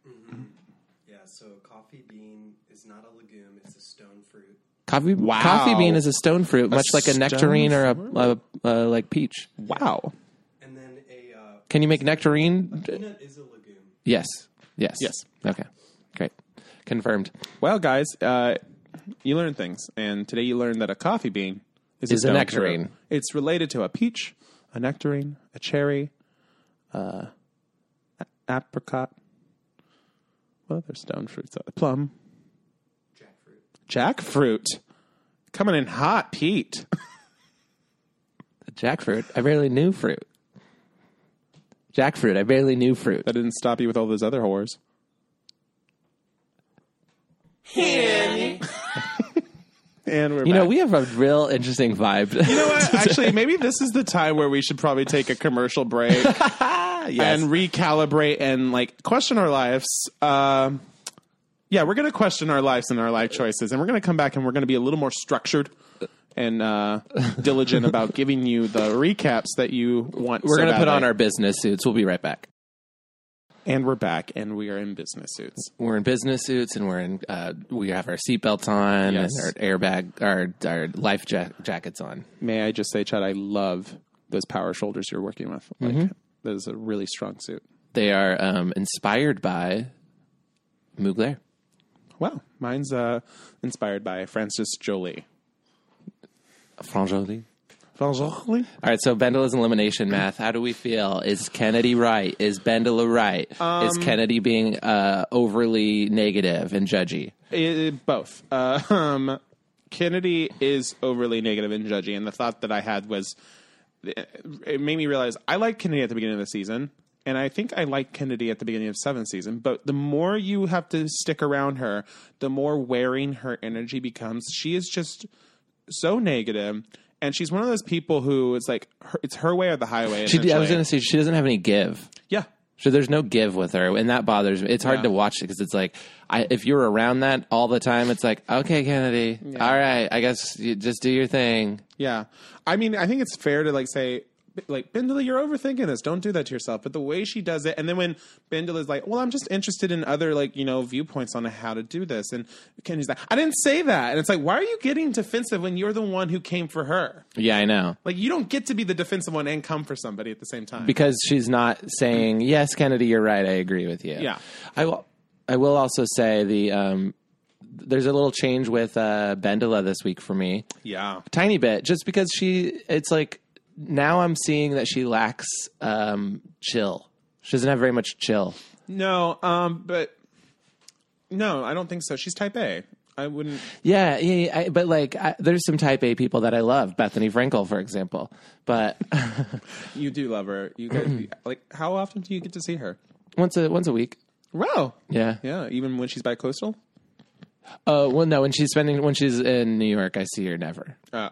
Speaker 5: Yeah, so coffee bean is not a legume, it's a stone fruit.
Speaker 2: Coffee,
Speaker 3: Wow.
Speaker 2: coffee bean is a stone fruit, much like a
Speaker 3: stone
Speaker 2: nectarine or a, a, a like peach.
Speaker 3: Wow.
Speaker 5: And then a uh,
Speaker 2: Can you make nectarine?
Speaker 5: peanut is a legume.
Speaker 2: Yes. Yes.
Speaker 3: Yes.
Speaker 2: Okay. Great. Confirmed.
Speaker 3: Well, guys, uh, you learned things, and today you learned that a coffee bean is,
Speaker 2: Is a
Speaker 3: stone
Speaker 2: nectarine.
Speaker 3: fruit. It's related to a peach, a nectarine, a cherry, uh, a- apricot. What other stone fruits? Are Plum,
Speaker 5: Jackfruit.
Speaker 3: jackfruit, coming in hot, Pete.
Speaker 2: Jackfruit. I barely knew fruit. Jackfruit. I barely knew fruit.
Speaker 3: That didn't stop you with all those other whores. [laughs] and we're
Speaker 2: You know,
Speaker 3: back.
Speaker 2: we have a real interesting vibe.
Speaker 3: You know what? Actually, maybe this is the time where we should probably take a commercial
Speaker 2: [laughs]
Speaker 3: break and recalibrate and like question our lives. Um, yeah, we're going to question our lives and our life choices, and we're going to come back and we're going to be a little more structured and uh, diligent about giving you the recaps that you want.
Speaker 2: We're
Speaker 3: so
Speaker 2: going to put
Speaker 3: badly.
Speaker 2: on our business suits. We'll be right back.
Speaker 3: and we're back, and we are in business suits.
Speaker 2: We're in business suits and we're in, uh, we have our seatbelts on
Speaker 3: Yes.
Speaker 2: and our airbag, our, our life ja- jackets on.
Speaker 3: May I just say, Chad, I love those power shoulders you're working with. Like,
Speaker 2: Mm-hmm.
Speaker 3: that is a really strong suit.
Speaker 2: They are um, inspired by Mugler.
Speaker 3: Wow, mine's uh, inspired by Francis Jolie.
Speaker 2: Frangoli.
Speaker 3: Jolie.
Speaker 2: All right, so Bendel is elimination math. How do we feel? Is Kennedy right? Is Bendel a right? is Kennedy being uh, overly negative and judgy?
Speaker 3: I- both. Uh, um, Kennedy is overly negative and judgy, and the thought that I had was uh, it made me realize I liked Kennedy at the beginning of the season, and I think I liked Kennedy at the beginning of seventh season. But the more you have to stick around her, the more wearing her energy becomes. She is just so negative, and she's one of those people who it's like her, it's her way or the highway.
Speaker 2: She, I was
Speaker 3: essentially.
Speaker 2: going to say she doesn't have any give.
Speaker 3: yeah.
Speaker 2: So there's no give with her, and that bothers me. It's hard
Speaker 3: Yeah.
Speaker 2: to watch because it's like, I, if you're around that all the time, it's like, okay, Kennedy, all right, I guess you just do your thing.
Speaker 3: Yeah. I mean, I think it's fair to like say like Bindle, you're overthinking this. Don't do that to yourself. But the way she does it, and then when Bindle is like, "Well, I'm just interested in other like you know viewpoints on how to do this," and Kenny's like, "I didn't say that," and it's like, "Why are you getting defensive when you're the one who came for her?
Speaker 2: Yeah, I know.
Speaker 3: Like, you don't get to be the defensive one and come for somebody at the same time."
Speaker 2: because she's not saying yes kennedy you're right i agree with you
Speaker 3: Yeah.
Speaker 2: i will i will also say the um there's a little change with uh bendela this week for me
Speaker 3: yeah,
Speaker 2: tiny bit just because she it's like now i'm seeing that she lacks um chill she doesn't have very much chill
Speaker 3: no, um, but no, I don't think so. She's type A. I wouldn't.
Speaker 2: yeah yeah, yeah I, but like I, there's some type a people that i love bethany frankel for example but [laughs]
Speaker 3: You do love her. You guys, like, how often do you get to see her?
Speaker 2: once a once a week
Speaker 3: Wow.
Speaker 2: yeah
Speaker 3: Yeah, even when she's by coastal.
Speaker 2: uh, well no when she's spending when she's in new york i see her never
Speaker 3: Oh,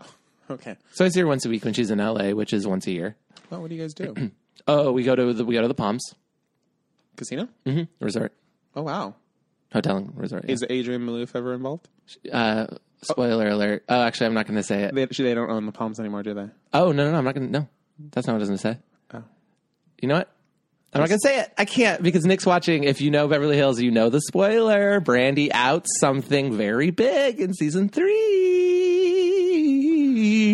Speaker 3: okay.
Speaker 2: So I see her once a week when she's in LA, which is once a year.
Speaker 3: Well, what do you guys do?
Speaker 2: Oh, we go to the we go to the Palms
Speaker 3: [clears throat]
Speaker 2: Mm-hmm.
Speaker 3: Casino?
Speaker 2: Resort,
Speaker 3: Oh wow.
Speaker 2: hotel and resort. yeah.
Speaker 3: Is Adrian Malouf ever involved?
Speaker 2: uh, spoiler alert. Oh, actually, I'm not going to say it.
Speaker 3: They they don't own the Palms anymore, do they?
Speaker 2: Oh no, no, no I'm not going to. No, that's not what I was going to say.
Speaker 3: Oh.
Speaker 2: You know what? I'm not going to say it. I can't because Nick's watching. If you know Beverly Hills, you know the spoiler. Brandy outs something very big in season [laughs]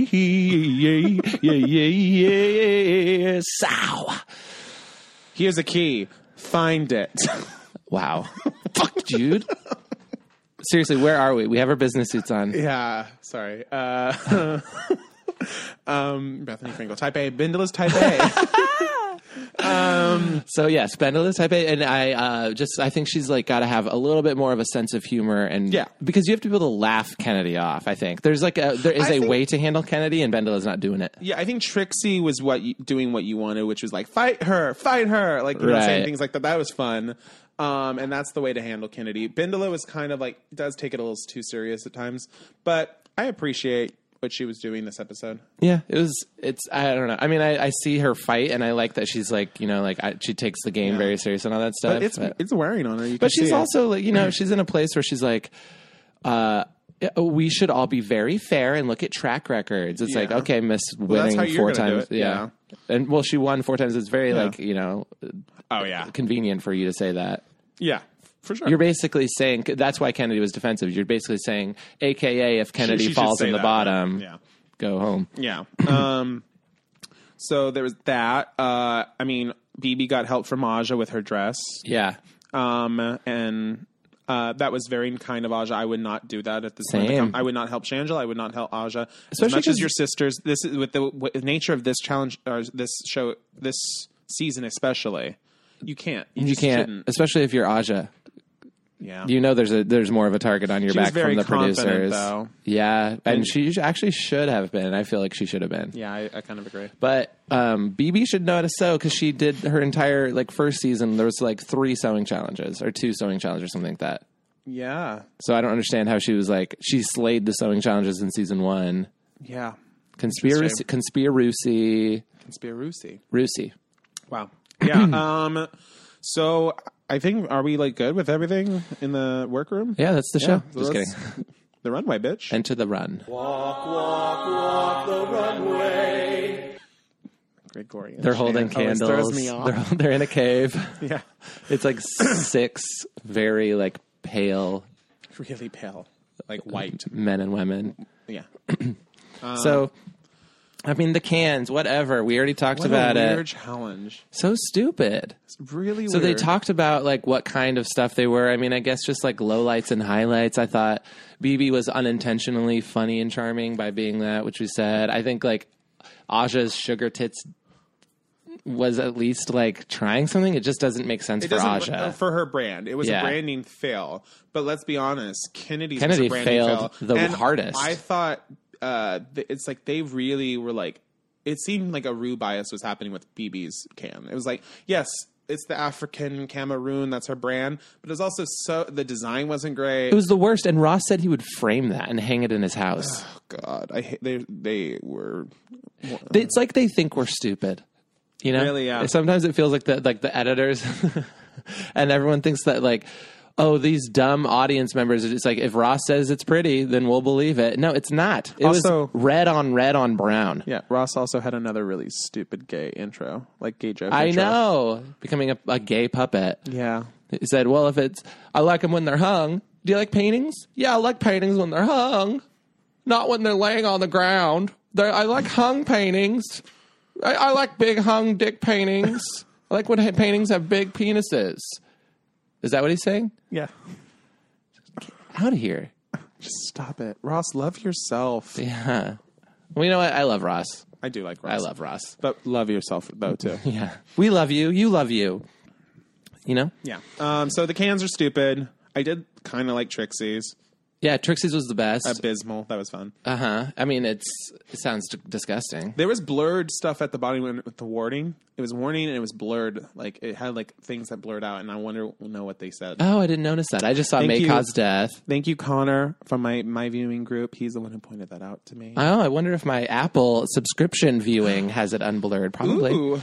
Speaker 2: three. yeah, yeah, yeah, yeah. Sow.
Speaker 3: Here's a key. Find it. [laughs]
Speaker 2: Wow. [laughs] Fuck, dude. Seriously, where are we? We have our business suits on.
Speaker 3: yeah. Sorry. Uh, [laughs] um, Bethany Kringle. Type A. Bindless Type [laughs] A.
Speaker 2: So yeah, Spendalis type A, and I uh, just I think she's like got to have a little bit more of a sense of humor, and
Speaker 3: Yeah.
Speaker 2: because you have to be able to laugh Kennedy off. I think there's like a there is
Speaker 3: I
Speaker 2: a
Speaker 3: think-
Speaker 2: way to handle Kennedy, and Bendel is not doing it.
Speaker 3: yeah, I think Trixie was what you, doing what you wanted, which was like fight her, fight her, like you know, saying
Speaker 2: Right.
Speaker 3: things like that. That was fun. Um, and that's the way to handle Kennedy. Bindalo is kind of like does take it a little too serious at times, but I appreciate what she was doing this episode.
Speaker 2: Yeah, it was. It's I don't know. I mean, I, I see her fight, and I like that she's like you know like I, she takes the game very serious and all that stuff.
Speaker 3: But it's
Speaker 2: but-
Speaker 3: it's wearing on her. You can
Speaker 2: But she's
Speaker 3: see it.
Speaker 2: also like you know
Speaker 3: [laughs]
Speaker 2: she's in a place where she's like, uh, we should all be very fair and look at track records. It's like
Speaker 3: Yeah.
Speaker 2: okay, Miss winning
Speaker 3: that's how
Speaker 2: four
Speaker 3: you're gonna do
Speaker 2: times,
Speaker 3: it,
Speaker 2: yeah. and well she won four times. It's very like you know
Speaker 3: oh yeah
Speaker 2: convenient for you to say that.
Speaker 3: yeah for sure.
Speaker 2: You're basically saying that's why Kennedy was defensive. You're basically saying, AKA, if Kennedy
Speaker 3: she should
Speaker 2: falls
Speaker 3: say
Speaker 2: in the
Speaker 3: that,
Speaker 2: bottom,
Speaker 3: yeah.
Speaker 2: go home.
Speaker 3: Yeah. [clears throat] Um, so there was that. Uh, I mean, BB got help from Aja with her dress.
Speaker 2: Yeah.
Speaker 3: Um, and uh, that was very kind of Aja. I would not do that at this
Speaker 2: Same.
Speaker 3: point. I would not help Shangela. I would not help Aja.
Speaker 2: Especially
Speaker 3: as much as
Speaker 2: 'cause-
Speaker 3: your sisters, this is with the with the nature of this challenge or this show, this season especially. You can't. You,
Speaker 2: You
Speaker 3: just
Speaker 2: can't,
Speaker 3: shouldn't.
Speaker 2: especially if you're Aja.
Speaker 3: Yeah.
Speaker 2: You know, there's a there's more of a target on your
Speaker 3: She was
Speaker 2: back from
Speaker 3: very
Speaker 2: the
Speaker 3: confident,
Speaker 2: producers.
Speaker 3: though.
Speaker 2: Yeah, and, she actually should have been. I feel like she should have been.
Speaker 3: yeah. I, I kind of agree.
Speaker 2: But um, BB should know how to sew because she did her entire like first season. There was like three sewing challenges or two sewing challenges or something like that.
Speaker 3: Yeah.
Speaker 2: So I don't understand how she was like she slayed the sewing challenges in season one.
Speaker 3: Yeah.
Speaker 2: Conspiracy, conspiracy,
Speaker 3: Conspiracy.
Speaker 2: Rusey.
Speaker 3: Wow. Yeah. [clears throat] um. So I think are we like good with everything in the workroom?
Speaker 2: Yeah, that's the show.
Speaker 3: so
Speaker 2: Just kidding.
Speaker 3: that's- [laughs] The runway, bitch.
Speaker 2: Enter the run.
Speaker 3: Gregorian.
Speaker 2: They're holding
Speaker 3: chant always
Speaker 2: candles.
Speaker 3: Oh,
Speaker 2: [laughs]
Speaker 3: Throws me off.
Speaker 2: They're, they're in a
Speaker 3: [laughs]
Speaker 2: cave.
Speaker 3: yeah.
Speaker 2: It's like six very like pale
Speaker 3: Really pale, like
Speaker 2: [laughs]
Speaker 3: white. Uh.
Speaker 2: men and women.
Speaker 3: Yeah.
Speaker 2: so, I mean, the cans, whatever. We already talked
Speaker 3: What
Speaker 2: about
Speaker 3: a weird
Speaker 2: it.
Speaker 3: challenge.
Speaker 2: So stupid.
Speaker 3: It's really.
Speaker 2: uh, So they
Speaker 3: weird.
Speaker 2: talked about like what kind of stuff they were. I mean, I guess just like lowlights and highlights. I thought BB was unintentionally funny and charming by being that, which we said. I think like Aja's sugar tits was at least like trying something. It just doesn't make sense
Speaker 3: It
Speaker 2: for
Speaker 3: doesn't
Speaker 2: Aja.
Speaker 3: uh, for her brand. It was
Speaker 2: Yeah.
Speaker 3: a branding fail. But let's be honest, Kennedy's
Speaker 2: Kennedy
Speaker 3: was a branding
Speaker 2: failed
Speaker 3: fail.
Speaker 2: the
Speaker 3: And
Speaker 2: hardest.
Speaker 3: I thought uh, th- it's like they really were like. It seemed like a Rue bias was happening with BB's can. It was like yes. It's the African Cameroon. That's her brand, but it was also so the design wasn't great.
Speaker 2: it was the worst. And Ross said he would frame that and hang it in his house.
Speaker 3: God, I hate, they they were
Speaker 2: it's like they think we're stupid. You know,
Speaker 3: Really, yeah.
Speaker 2: Sometimes it feels like the like the editors [laughs] and everyone thinks that like, oh, these dumb audience members. It's like if Ross says it's pretty, then we'll believe it. No, it's not. It was
Speaker 3: Also-
Speaker 2: red on red on brown.
Speaker 3: yeah. Ross also had another really stupid gay intro, like gay joke.
Speaker 2: I
Speaker 3: intro.
Speaker 2: know, becoming a, a gay puppet.
Speaker 3: Yeah,
Speaker 2: He said, "Well, if it's I like them when they're hung. Do you like paintings? Yeah, I like paintings when they're hung, not when they're laying on the ground. they I like hung paintings. I, I like big hung dick paintings. I like when ha- paintings have big penises. Is that what he's saying?
Speaker 3: yeah.
Speaker 2: Out of here.
Speaker 3: Just stop it, Ross. Love yourself.
Speaker 2: Yeah. Well, you know what? I love Ross.
Speaker 3: I do like Ross.
Speaker 2: I love Ross.
Speaker 3: but love yourself
Speaker 2: [laughs]
Speaker 3: though too.
Speaker 2: Yeah, we love you. You love you. You know?
Speaker 3: yeah. Um. So the cans are stupid. I did kind of like Trixie's
Speaker 2: Yeah, Trixie's was the best.
Speaker 3: abysmal. That was fun.
Speaker 2: Uh huh. I mean, it's it sounds d- disgusting.
Speaker 3: There was blurred stuff at the bottom with the warning. It was warning and it was blurred. Like it had like things that blurred out, and I wonder know what they said.
Speaker 2: Oh, I didn't notice that. I just saw
Speaker 3: Thank
Speaker 2: May
Speaker 3: you.
Speaker 2: cause death.
Speaker 3: Thank you, Connor, from my my viewing group. He's the one who pointed that out
Speaker 2: Um,
Speaker 3: to me.
Speaker 2: Oh, I wonder if my Apple subscription viewing has it unblurred. Probably.
Speaker 3: Ooh.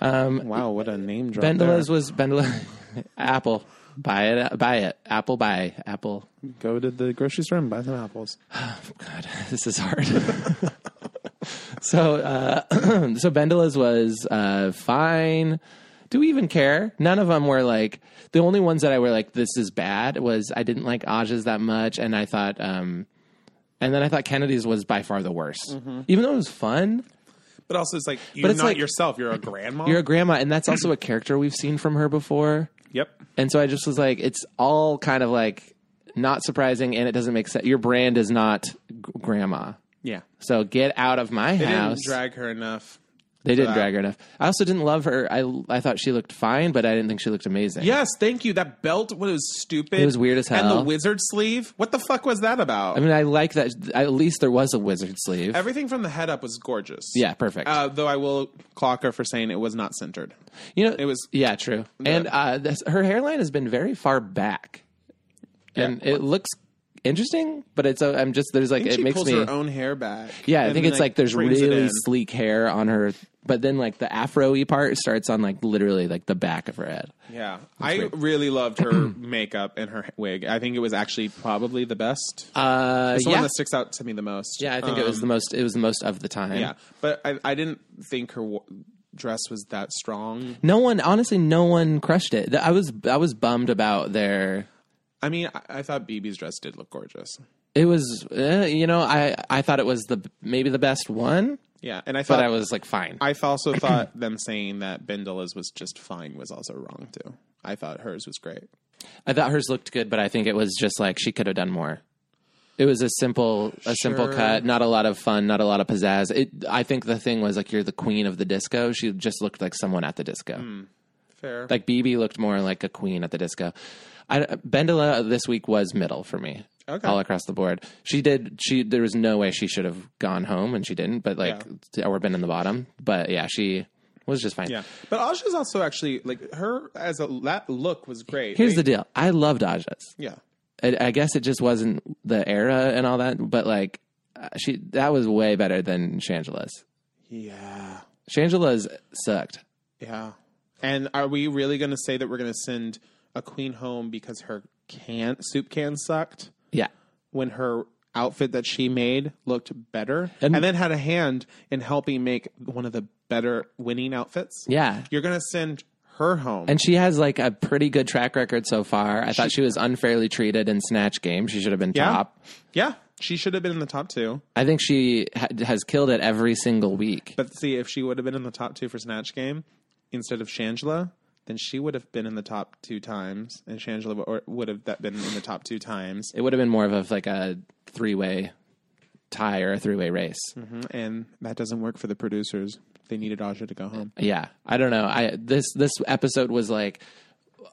Speaker 3: Wow, what a name drop.
Speaker 2: Bendelez
Speaker 3: there.
Speaker 2: was Bendelez. [laughs] Apple, buy it, buy it. Apple, buy Apple.
Speaker 3: Go to the grocery store and buy some apples.
Speaker 2: God, [laughs] this is hard. so, uh, [clears throat] so Bendelez was uh, fine. Do we even care? None of them were like the only ones that I were like this is bad was I didn't like Aja's that much, and I thought, um, and then I thought Kennedy's was by far the worst,
Speaker 3: Mm-hmm.
Speaker 2: even though it was fun.
Speaker 3: But also, it's like you're
Speaker 2: But it's
Speaker 3: not
Speaker 2: like-
Speaker 3: yourself. You're a grandma.
Speaker 2: You're a grandma, and that's also a character we've seen from her before.
Speaker 3: yep.
Speaker 2: And so I just was like, it's all kind of like not surprising, and it doesn't make sense. Your brand is not g- grandma,
Speaker 3: Yeah.
Speaker 2: so get out of my
Speaker 3: They
Speaker 2: house.
Speaker 3: didn't drag her enough.
Speaker 2: they didn't
Speaker 3: that.
Speaker 2: drag her enough. I also didn't love her. I I thought she looked fine, but I didn't think she looked amazing.
Speaker 3: Yes, thank you. That belt was stupid.
Speaker 2: It was weird as
Speaker 3: And the
Speaker 2: hell.
Speaker 3: wizard sleeve. What the fuck was that about?
Speaker 2: I mean, I like that. At least there was a wizard sleeve.
Speaker 3: Everything from the head up was gorgeous.
Speaker 2: yeah, perfect.
Speaker 3: Uh, though I will clock her for saying it was not centered.
Speaker 2: you know,
Speaker 3: it was-
Speaker 2: yeah, true. and uh, this, her hairline has been very far back, and it looks interesting. But it's uh, I'm just there's like
Speaker 3: I think
Speaker 2: it
Speaker 3: she
Speaker 2: makes
Speaker 3: pulls
Speaker 2: me
Speaker 3: her own hair back.
Speaker 2: Yeah, I
Speaker 3: and
Speaker 2: think
Speaker 3: then,
Speaker 2: it's like there's
Speaker 3: brings it
Speaker 2: really
Speaker 3: in.
Speaker 2: sleek hair on her, but then like the afro y part starts on like literally like the back of her head.
Speaker 3: Yeah, I really loved
Speaker 2: [clears throat]
Speaker 3: her makeup and her wig. I think it was actually probably the best.
Speaker 2: Uh,
Speaker 3: it's the one
Speaker 2: yeah,
Speaker 3: that sticks out to me the most. Um,
Speaker 2: yeah. I think it was the most. It was the most of the time.
Speaker 3: Yeah, but I, I didn't think her wa- dress was that strong.
Speaker 2: No one, honestly, no one crushed it. Th- I was, I was bummed about their.
Speaker 3: I mean, I, I thought BB's dress did look gorgeous.
Speaker 2: It was, eh, you know, I, I thought it was the maybe the best one,
Speaker 3: Yeah, and I
Speaker 2: but
Speaker 3: thought
Speaker 2: I was like fine.
Speaker 3: I [clears throat] also thought them saying that Bendela's was just fine was also wrong too. I thought hers was great.
Speaker 2: I thought hers looked good, but I think it was just like she could have done more. It was a simple, a simple
Speaker 3: Sure.
Speaker 2: cut. Not a lot of fun. Not a lot of pizzazz. It. I think the thing was like you're the queen of the disco. She just looked like someone at the disco.
Speaker 3: Hmm. Fair.
Speaker 2: Like BB looked more like a queen at the disco. I, Bendola this week was middle for me.
Speaker 3: Okay.
Speaker 2: All across the board. She did. She there was no way she should have gone home, and she didn't. But like, or been in the bottom. But yeah, she was just fine.
Speaker 3: yeah, but Aja's also actually like her as a that look was great.
Speaker 2: Here's the
Speaker 3: They-
Speaker 2: deal. I loved Aja's.
Speaker 3: yeah.
Speaker 2: I, I guess it just wasn't the era and all that, but like uh, she that was way better than Shangela's.
Speaker 3: Yeah.
Speaker 2: Shangela's sucked.
Speaker 3: Yeah. And are we really going to say that we're going to send a queen home because her can soup can sucked
Speaker 2: Yeah.
Speaker 3: when her outfit that she made looked better
Speaker 2: And-
Speaker 3: and, then had a hand in helping make one of the better winning outfits?
Speaker 2: Yeah.
Speaker 3: You're going to send her home.
Speaker 2: And she has like a pretty good track record so far. I thought she was unfairly treated in Snatch Game. She should have been
Speaker 3: Yeah.
Speaker 2: top.
Speaker 3: yeah, she should have been in the top 2.
Speaker 2: I think she ha- has killed it every single week.
Speaker 3: But see if she would have been in the top 2 for snatch game instead of Shangela then she would have been in the top two times, and Shangela would- or would have that been in the top two times.
Speaker 2: It would have been more of a, like a three way tie or a three way race.
Speaker 3: and that doesn't work for the producers. They needed Aja to go home.
Speaker 2: Yeah, I don't know. I this this episode was like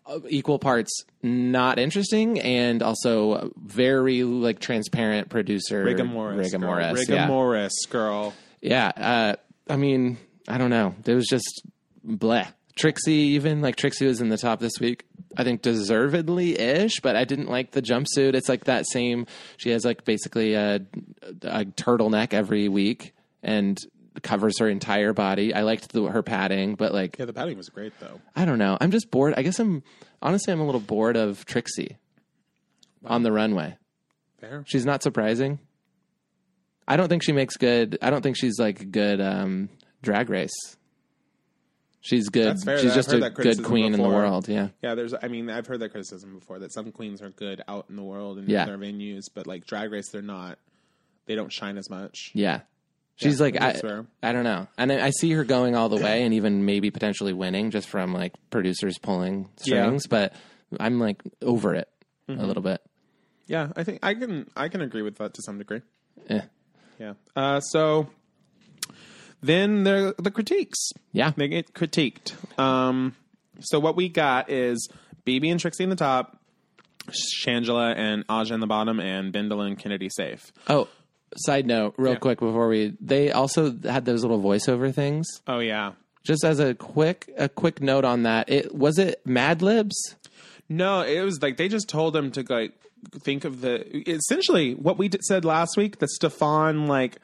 Speaker 2: uh, equal parts not interesting and also very like transparent producer
Speaker 3: Rigor Morris.
Speaker 2: Rigor
Speaker 3: girl.
Speaker 2: Morris,
Speaker 3: Rigor
Speaker 2: yeah,
Speaker 3: Morris, girl.
Speaker 2: yeah. Uh, I mean, I don't know. It was just bleh. Trixie, even like Trixie was in the top this week. I think deservedly ish, but I didn't like the jumpsuit. It's like that same. She has like basically a, a turtleneck every week and covers her entire body. I liked the, her padding, but like
Speaker 3: Yeah, the padding was great, though.
Speaker 2: I don't know. I'm just bored. I guess I'm honestly I'm a little bored of Trixie on the runway.
Speaker 3: Fair.
Speaker 2: She's not surprising. I don't think she makes good. I don't think she's like a good um, drag race. She's good.
Speaker 3: That's fair.
Speaker 2: She's
Speaker 3: I've
Speaker 2: just
Speaker 3: heard
Speaker 2: a
Speaker 3: that
Speaker 2: good
Speaker 3: criticism
Speaker 2: queen in the
Speaker 3: before.
Speaker 2: world. Yeah.
Speaker 3: Yeah, there's. I mean, I've heard that criticism before that some queens are good out in the world and
Speaker 2: Yeah.
Speaker 3: in their venues, but like Drag Race, they're not. They don't shine as much.
Speaker 2: Yeah. She's like
Speaker 3: that's
Speaker 2: I,
Speaker 3: fair.
Speaker 2: I don't know. And I, I see her going
Speaker 3: [clears throat]
Speaker 2: all the way and even maybe potentially winning just from like producers pulling
Speaker 3: Yeah. Mm-hmm.
Speaker 2: strings, but I'm like over it a little bit.
Speaker 3: Yeah, I think I can. I can agree with that to some degree.
Speaker 2: Eh.
Speaker 3: Yeah. Uh, so then there the critiques.
Speaker 2: Yeah.
Speaker 3: They get critiqued. Um, so what we got is BB and Trixie in the top, Shangela and Aja in the bottom, and Bindle and Kennedy safe.
Speaker 2: Oh, side note, real quick before we, they also had those little voiceover things.
Speaker 3: Oh yeah.
Speaker 2: Just as a quick, a quick note on that, it was it Mad Libs.
Speaker 3: No, it was like they just told him to like think of the essentially what we did, said last week. The Stefan like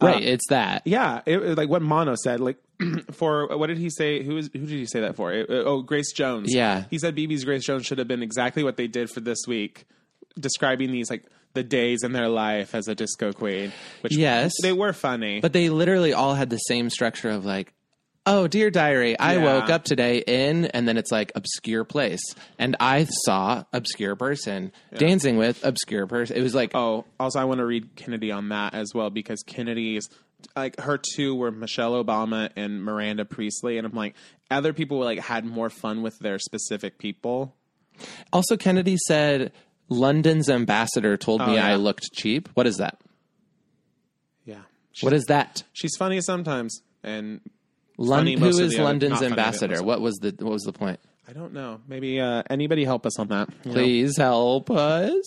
Speaker 7: Right. it's that.
Speaker 3: Yeah, it, it- like what Mono said. Like [clears throat] for what did he say? Who is who did he say that for? It- uh, oh, Grace Jones.
Speaker 2: Yeah.
Speaker 3: he said BB's Grace Jones should have been exactly what they did for this week, describing these like the days in their life as a disco queen. Which
Speaker 2: Yes.
Speaker 3: they were funny.
Speaker 2: But they literally all had the same structure of like, oh, dear diary, I
Speaker 3: Yeah.
Speaker 2: woke up today in, and then it's like obscure place. And I saw obscure person dancing with obscure person. It was like,
Speaker 3: oh, also I want to read Kennedy on that as well because Kennedy's like her two were Michelle Obama and Miranda Priestley, and I'm like other people like had more fun with their specific people.
Speaker 2: also, Kennedy said, London's ambassador told me
Speaker 3: Oh, yeah.
Speaker 2: I looked cheap. What is that?
Speaker 3: Yeah,
Speaker 2: What is that?
Speaker 3: she's funny sometimes and.
Speaker 2: Lon-
Speaker 3: funny
Speaker 2: who
Speaker 3: most of the
Speaker 2: is
Speaker 3: other- not
Speaker 2: London's
Speaker 3: funny, but
Speaker 2: ambassador?
Speaker 3: most-
Speaker 2: What was the what was the point?
Speaker 3: I don't know. Maybe uh, anybody help us on that. you know?
Speaker 2: Please help us.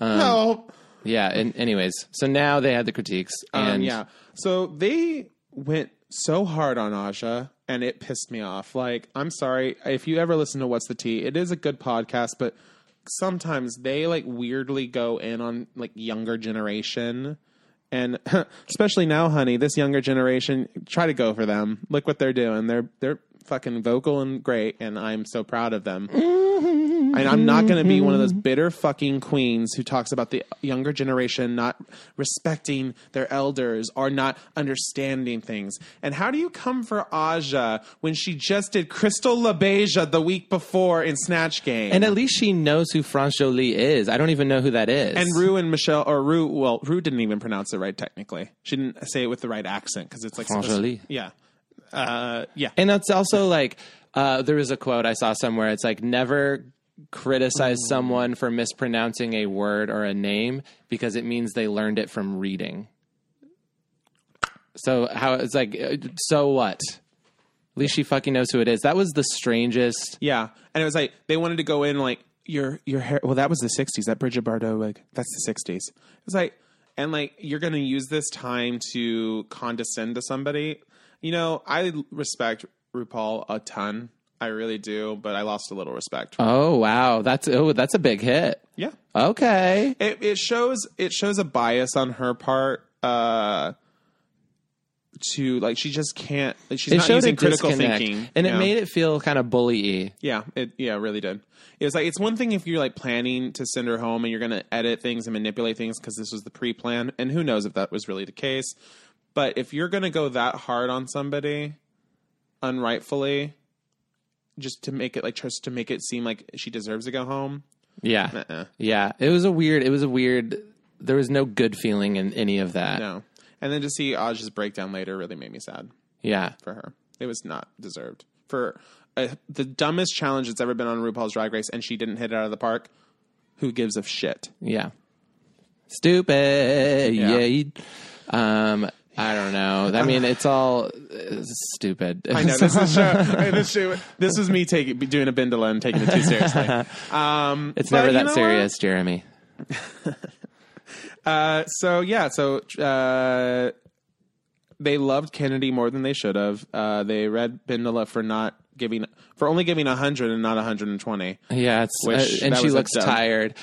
Speaker 3: Help.
Speaker 2: Yeah. And anyways, so now they had the critiques,
Speaker 3: Um,
Speaker 2: and
Speaker 3: yeah. So they went so hard on Aja, and it pissed me off. Like, I'm sorry if you ever listen to What's the Tea. It is a good podcast, but sometimes they like weirdly go in on like younger generation. And [laughs] especially now, honey, this younger generation, try to go for them. Look what they're doing. They're they're fucking vocal and great, and I'm so proud of them. And I'm not going to be one of those bitter fucking queens who talks about the younger generation not respecting their elders or not understanding things. And how do you come for Aja when she just did Crystal LaBeija the week before in Snatch Game?
Speaker 2: And at least she knows who France Jolie is. I don't even know who that is.
Speaker 3: and Rue and Michelle, or Rue, well, Rue didn't even pronounce it right technically. She didn't say it with the right accent because it's like
Speaker 2: Franc
Speaker 3: supposed-
Speaker 2: Jolie.
Speaker 3: Yeah, uh, yeah.
Speaker 2: And that's also like uh, there was a quote I saw somewhere. It's like never criticize
Speaker 3: Oh.
Speaker 2: someone for mispronouncing a word or a name because it means they learned it from reading. So how it's like uh, so what? At least she fucking knows who it is. That was the strangest.
Speaker 3: Yeah, and it was like they wanted to go in like your your hair. Well, that was the '60s. That Bridget Bardot, like that's the '60s. It was like, and like you're gonna use this time to condescend to somebody. You know, I respect RuPaul a ton. I really do, but I lost a little respect.
Speaker 2: Oh wow, that's oh that's a big hit.
Speaker 3: yeah,
Speaker 2: Okay.
Speaker 3: it, it shows it shows a bias on her part. uh to like she just can't like, she's
Speaker 2: It
Speaker 3: not
Speaker 2: showed a
Speaker 3: using critical
Speaker 2: disconnect,
Speaker 3: thinking
Speaker 2: and it
Speaker 3: Yeah.
Speaker 2: made it feel kind of bully-y.
Speaker 3: Yeah, it yeah, it really did. It was like it's one thing if you're like planning to send her home and you're going to edit things and manipulate things because this was the pre-plan, and who knows if that was really the case. But if you're going to go that hard on somebody, unrightfully, just to make it like just to make it seem like she deserves to go home,
Speaker 2: Yeah.
Speaker 3: uh-uh.
Speaker 2: Yeah, it was a weird. It was a weird. There was no good feeling in any of that.
Speaker 3: no. And then to see Aj's breakdown later really made me sad.
Speaker 2: Yeah,
Speaker 3: for her. It was not deserved for uh, the dumbest challenge that's ever been on RuPaul's Drag Race, and she didn't hit it out of the park. Who gives a shit?
Speaker 2: yeah. Stupid. Yeah. Um, I don't know. I mean, it's all uh, stupid.
Speaker 3: I
Speaker 2: [laughs]
Speaker 3: know this is show, this, show, this is me taking doing a bindola and taking it too seriously. Um,
Speaker 2: it's
Speaker 3: but
Speaker 2: never
Speaker 3: you
Speaker 2: that
Speaker 3: know
Speaker 2: serious, Jeremy.
Speaker 3: what? Uh, So yeah, so uh, they loved Kennedy more than they should have. Uh, they read bindola for not giving for only giving hundred and not hundred and twenty.
Speaker 2: Yeah, it's
Speaker 3: Which-
Speaker 2: uh, and
Speaker 3: that
Speaker 2: she
Speaker 3: was a
Speaker 2: looks
Speaker 3: dub.
Speaker 2: tired.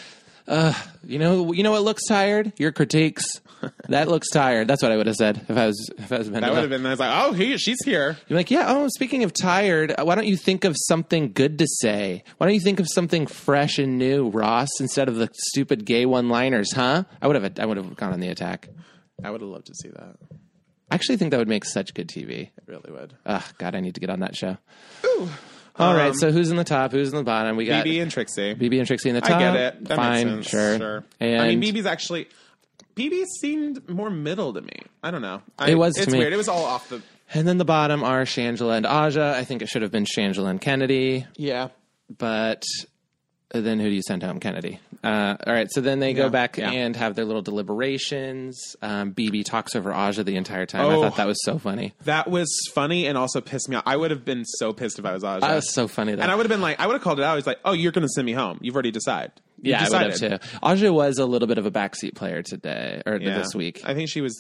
Speaker 2: Ugh, you know, you know what looks tired? Your critiques.
Speaker 3: [laughs]
Speaker 2: that looks tired. That's what I would have said if I was if I was
Speaker 3: That would have been. I was like, oh, he, she's here.
Speaker 2: You're like, yeah, oh, speaking of tired, why don't you think of something good to say? Why don't you think of something fresh and new, Ross, instead of the stupid gay one-liners, huh? I would have I would have gone on the attack.
Speaker 3: I would have loved to see that.
Speaker 2: I actually think that would make such good TV.
Speaker 3: It really would. um,
Speaker 2: Ugh, god, I need to get on that show. All right, so who's in the top, who's in the bottom? We got
Speaker 3: BB and Trixie.
Speaker 2: BB and Trixie in the top.
Speaker 3: I get it. That
Speaker 2: Fine,
Speaker 3: makes
Speaker 2: sure.
Speaker 3: sense. Sure.
Speaker 2: And
Speaker 3: I mean, BB's actually BB seemed more middle to me. I don't know. I,
Speaker 2: It was to
Speaker 3: It's
Speaker 2: me.
Speaker 3: weird. It was all off the.
Speaker 2: and then the bottom are Shangela and Aja. I think it should have been Shangela and Kennedy.
Speaker 3: Yeah.
Speaker 2: but then who do you send home? Kennedy. Uh, all right. So then they go
Speaker 3: Yeah,
Speaker 2: back
Speaker 3: yeah.
Speaker 2: and have their little deliberations. Um, BB talks over Aja the entire time.
Speaker 3: Oh.
Speaker 2: I thought that was so funny.
Speaker 3: That was funny and also pissed me off. I would have been so pissed if I was Aja.
Speaker 2: That was so funny. Though.
Speaker 3: and I would have been like, I would have called it out. He's like, Oh, you're going to send me home. You've already decided. You
Speaker 2: yeah, I would
Speaker 3: decided.
Speaker 2: have too. Aja was a little bit of a backseat player today or
Speaker 3: Yeah.
Speaker 2: this week.
Speaker 3: I think she was.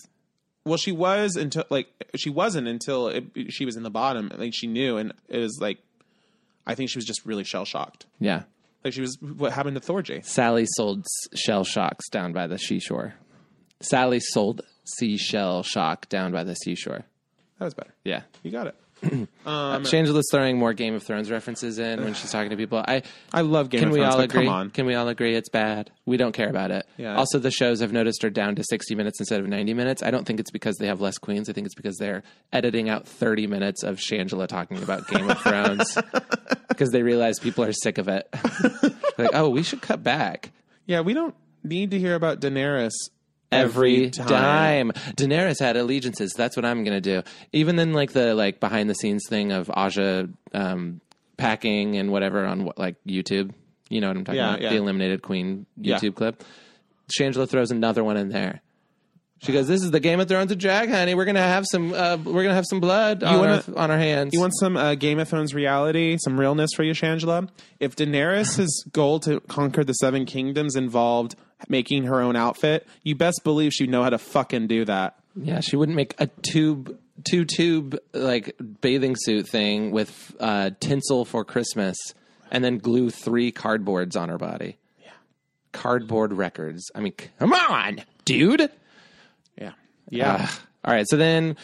Speaker 3: Well, she was until like she wasn't until it, she was in the bottom. I think she knew, and it was like, I think she was just really shell shocked.
Speaker 2: yeah.
Speaker 3: Like she was what happened to Thorgy.
Speaker 2: Sally sold s- shell shocks down by the seashore. Sally sold seashell shock down by the seashore.
Speaker 3: That was better.
Speaker 2: Yeah.
Speaker 3: You got it.
Speaker 2: [clears throat]
Speaker 3: Um,
Speaker 2: Shangela's throwing more Game of Thrones references in when she's talking to people. I
Speaker 3: I love Game
Speaker 2: can
Speaker 3: of
Speaker 2: we
Speaker 3: Thrones.
Speaker 2: all
Speaker 3: but
Speaker 2: agree?
Speaker 3: Come on.
Speaker 2: Can we all agree it's bad? We don't care about it.
Speaker 3: Yeah.
Speaker 2: Also, the shows I've noticed are down to sixty minutes instead of ninety minutes. I don't think it's because they have less queens. I think it's because they're editing out thirty minutes of Shangela talking about Game of
Speaker 3: [laughs]
Speaker 2: Thrones because they realize people are sick of it. [laughs] like, oh, we should cut back.
Speaker 3: yeah, we don't need to hear about Daenerys
Speaker 2: Every time. Daenerys had allegiances. That's what I'm gonna do. Even then, like the like behind the scenes thing of Aja um, packing and whatever on what like YouTube. You know what I'm talking
Speaker 3: Yeah,
Speaker 2: about?
Speaker 3: yeah.
Speaker 2: The eliminated queen
Speaker 3: Yeah.
Speaker 2: YouTube clip. Shangela throws another one in there. She goes, "This is the Game of Thrones of drag, honey. We're gonna have some. Uh, we're gonna have some blood on,
Speaker 3: wanna-
Speaker 2: our, on our hands.
Speaker 3: You want some uh, Game of Thrones reality, some realness for you, Shangela? If Daenerys' goal to conquer the Seven Kingdoms involved making her own outfit, you best believe she'd know how to fucking do that.
Speaker 2: yeah, she wouldn't make a tube." Two tube like bathing suit thing with uh, tinsel for Christmas, and then glue three cardboards on her body. Yeah, cardboard records. I mean, come on, dude.
Speaker 3: Yeah. Yeah.
Speaker 2: Ugh. all right, so then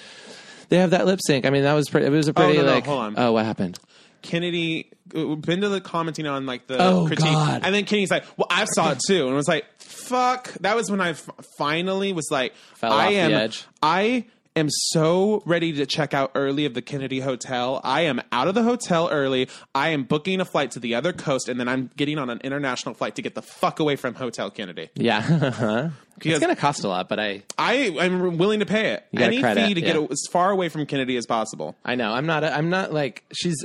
Speaker 2: they have that lip sync. I mean, that was pretty. It was a pretty
Speaker 3: no, no,
Speaker 2: like.
Speaker 3: hold on.
Speaker 2: Oh, what happened?
Speaker 3: Kennedy uh, been to the commenting on like the
Speaker 2: Oh,
Speaker 3: critique,
Speaker 2: God.
Speaker 3: and then Kennedy's like, "Well, I saw it too," and was like, "Fuck!" That was when I f- finally was like,
Speaker 2: Fell
Speaker 3: "I
Speaker 2: off the
Speaker 3: am,
Speaker 2: edge.
Speaker 3: I am so ready to check out early of the Kennedy Hotel. I am out of the hotel early. I am booking a flight to the other coast, and then I'm getting on an international flight to get the fuck away from Hotel Kennedy.
Speaker 2: Yeah, [laughs] it's
Speaker 3: Because-
Speaker 2: gonna cost a lot, but I
Speaker 3: I am willing to pay it
Speaker 2: gotta
Speaker 3: any
Speaker 2: credit,
Speaker 3: fee to
Speaker 2: yeah.
Speaker 3: get as far away from Kennedy as possible."
Speaker 2: I know I'm not a, I'm not like she's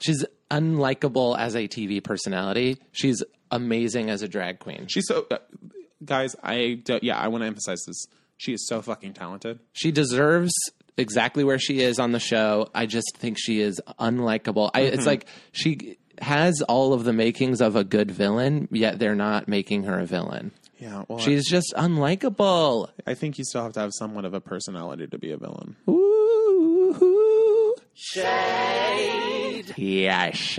Speaker 2: she's unlikable as a TV personality. She's amazing as a drag queen.
Speaker 3: She's so, uh, guys. I don't, yeah, I want to emphasize this. She is so fucking talented.
Speaker 2: She deserves exactly where she is on the show. I just think she is unlikable. I, It's like she has all of the makings of a good villain, yet they're not making her a villain.
Speaker 3: Yeah, well,
Speaker 2: She's just unlikable.
Speaker 3: I think you still have to have somewhat of a personality to be a villain.
Speaker 2: Ooh. Shade. Yes.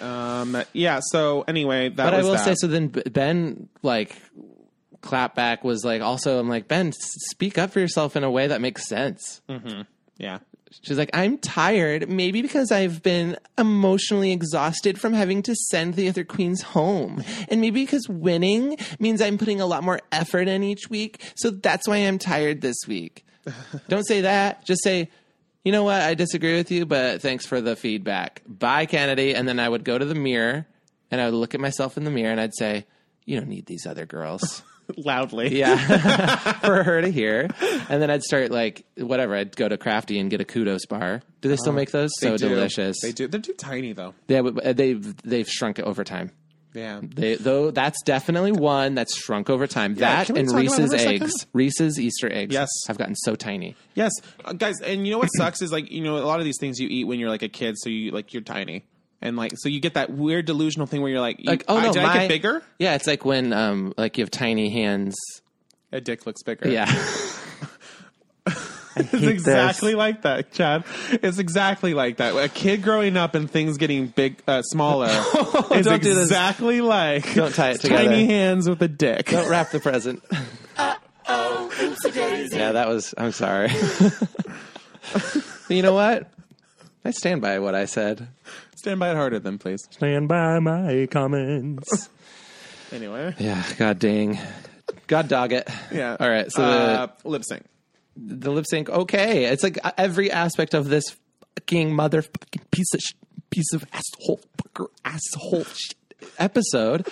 Speaker 3: Um, yeah. So anyway, that
Speaker 2: But I
Speaker 3: was
Speaker 2: will
Speaker 3: that.
Speaker 2: say, so then B- Ben, like, clapback was like, also, I'm like, Ben, s- speak up for yourself in a way that makes sense.
Speaker 3: yeah, [laughs]
Speaker 2: She's like, I'm tired, maybe because I've been emotionally exhausted from having to send the other queens home. And maybe because winning means I'm putting a lot more effort in each week. So that's why I'm tired this week. Don't say that. Just say, you know what? I disagree with you, but thanks for the feedback. Bye, Kennedy. And then I would go to the mirror and I would look at myself in the mirror and I'd say, you don't need these other girls.
Speaker 3: loudly. [laughs]
Speaker 2: Yeah. [laughs] for her to hear. And then I'd start like whatever, I'd go to Crafty and get a kudos bar. Do they still make those?
Speaker 3: Oh, They
Speaker 2: so
Speaker 3: do.
Speaker 2: delicious.
Speaker 3: They do. They're too tiny though.
Speaker 2: They have, uh, they've they've shrunk over time.
Speaker 3: Yeah.
Speaker 2: They though that's definitely one that's shrunk over time. that
Speaker 3: can we
Speaker 2: and
Speaker 3: talk about
Speaker 2: Reese's
Speaker 3: her for a
Speaker 2: eggs.
Speaker 3: second?
Speaker 2: Reese's Easter eggs
Speaker 3: Yes.
Speaker 2: have gotten so tiny.
Speaker 3: Yes, uh, guys. And you know what sucks is like you know a lot of these things you eat when you're like a kid, so you like you're tiny, and like so you get that weird delusional thing where you're like, you-
Speaker 2: Like oh
Speaker 3: I,
Speaker 2: no,
Speaker 3: did
Speaker 2: my,
Speaker 3: I get bigger?
Speaker 2: Yeah, it's like when um like you have tiny hands.
Speaker 3: A dick looks bigger.
Speaker 2: Yeah.
Speaker 3: [laughs] It's exactly like that, Chad. It's exactly like that. A kid growing up and things getting big, uh,
Speaker 2: [laughs]
Speaker 3: smaller is
Speaker 2: Don't do this.
Speaker 3: exactly like
Speaker 2: Don't tie it
Speaker 3: tiny
Speaker 2: together.
Speaker 3: hands with a dick.
Speaker 2: Don't wrap the present.
Speaker 6: Oopsie daisy.
Speaker 2: yeah, that was I'm
Speaker 3: [laughs]
Speaker 2: sorry. [laughs] you know what? I stand by what I said.
Speaker 3: Stand by it harder, then, please.
Speaker 2: Stand by my comments.
Speaker 3: [laughs] Anyway,
Speaker 2: Yeah, god dang. God dog it.
Speaker 3: yeah.
Speaker 2: All right. So
Speaker 3: uh, lip sync.
Speaker 2: the, the lip sync, okay. It's like uh, every aspect of this fucking motherfucking piece of sh- piece of asshole fucker asshole shit episode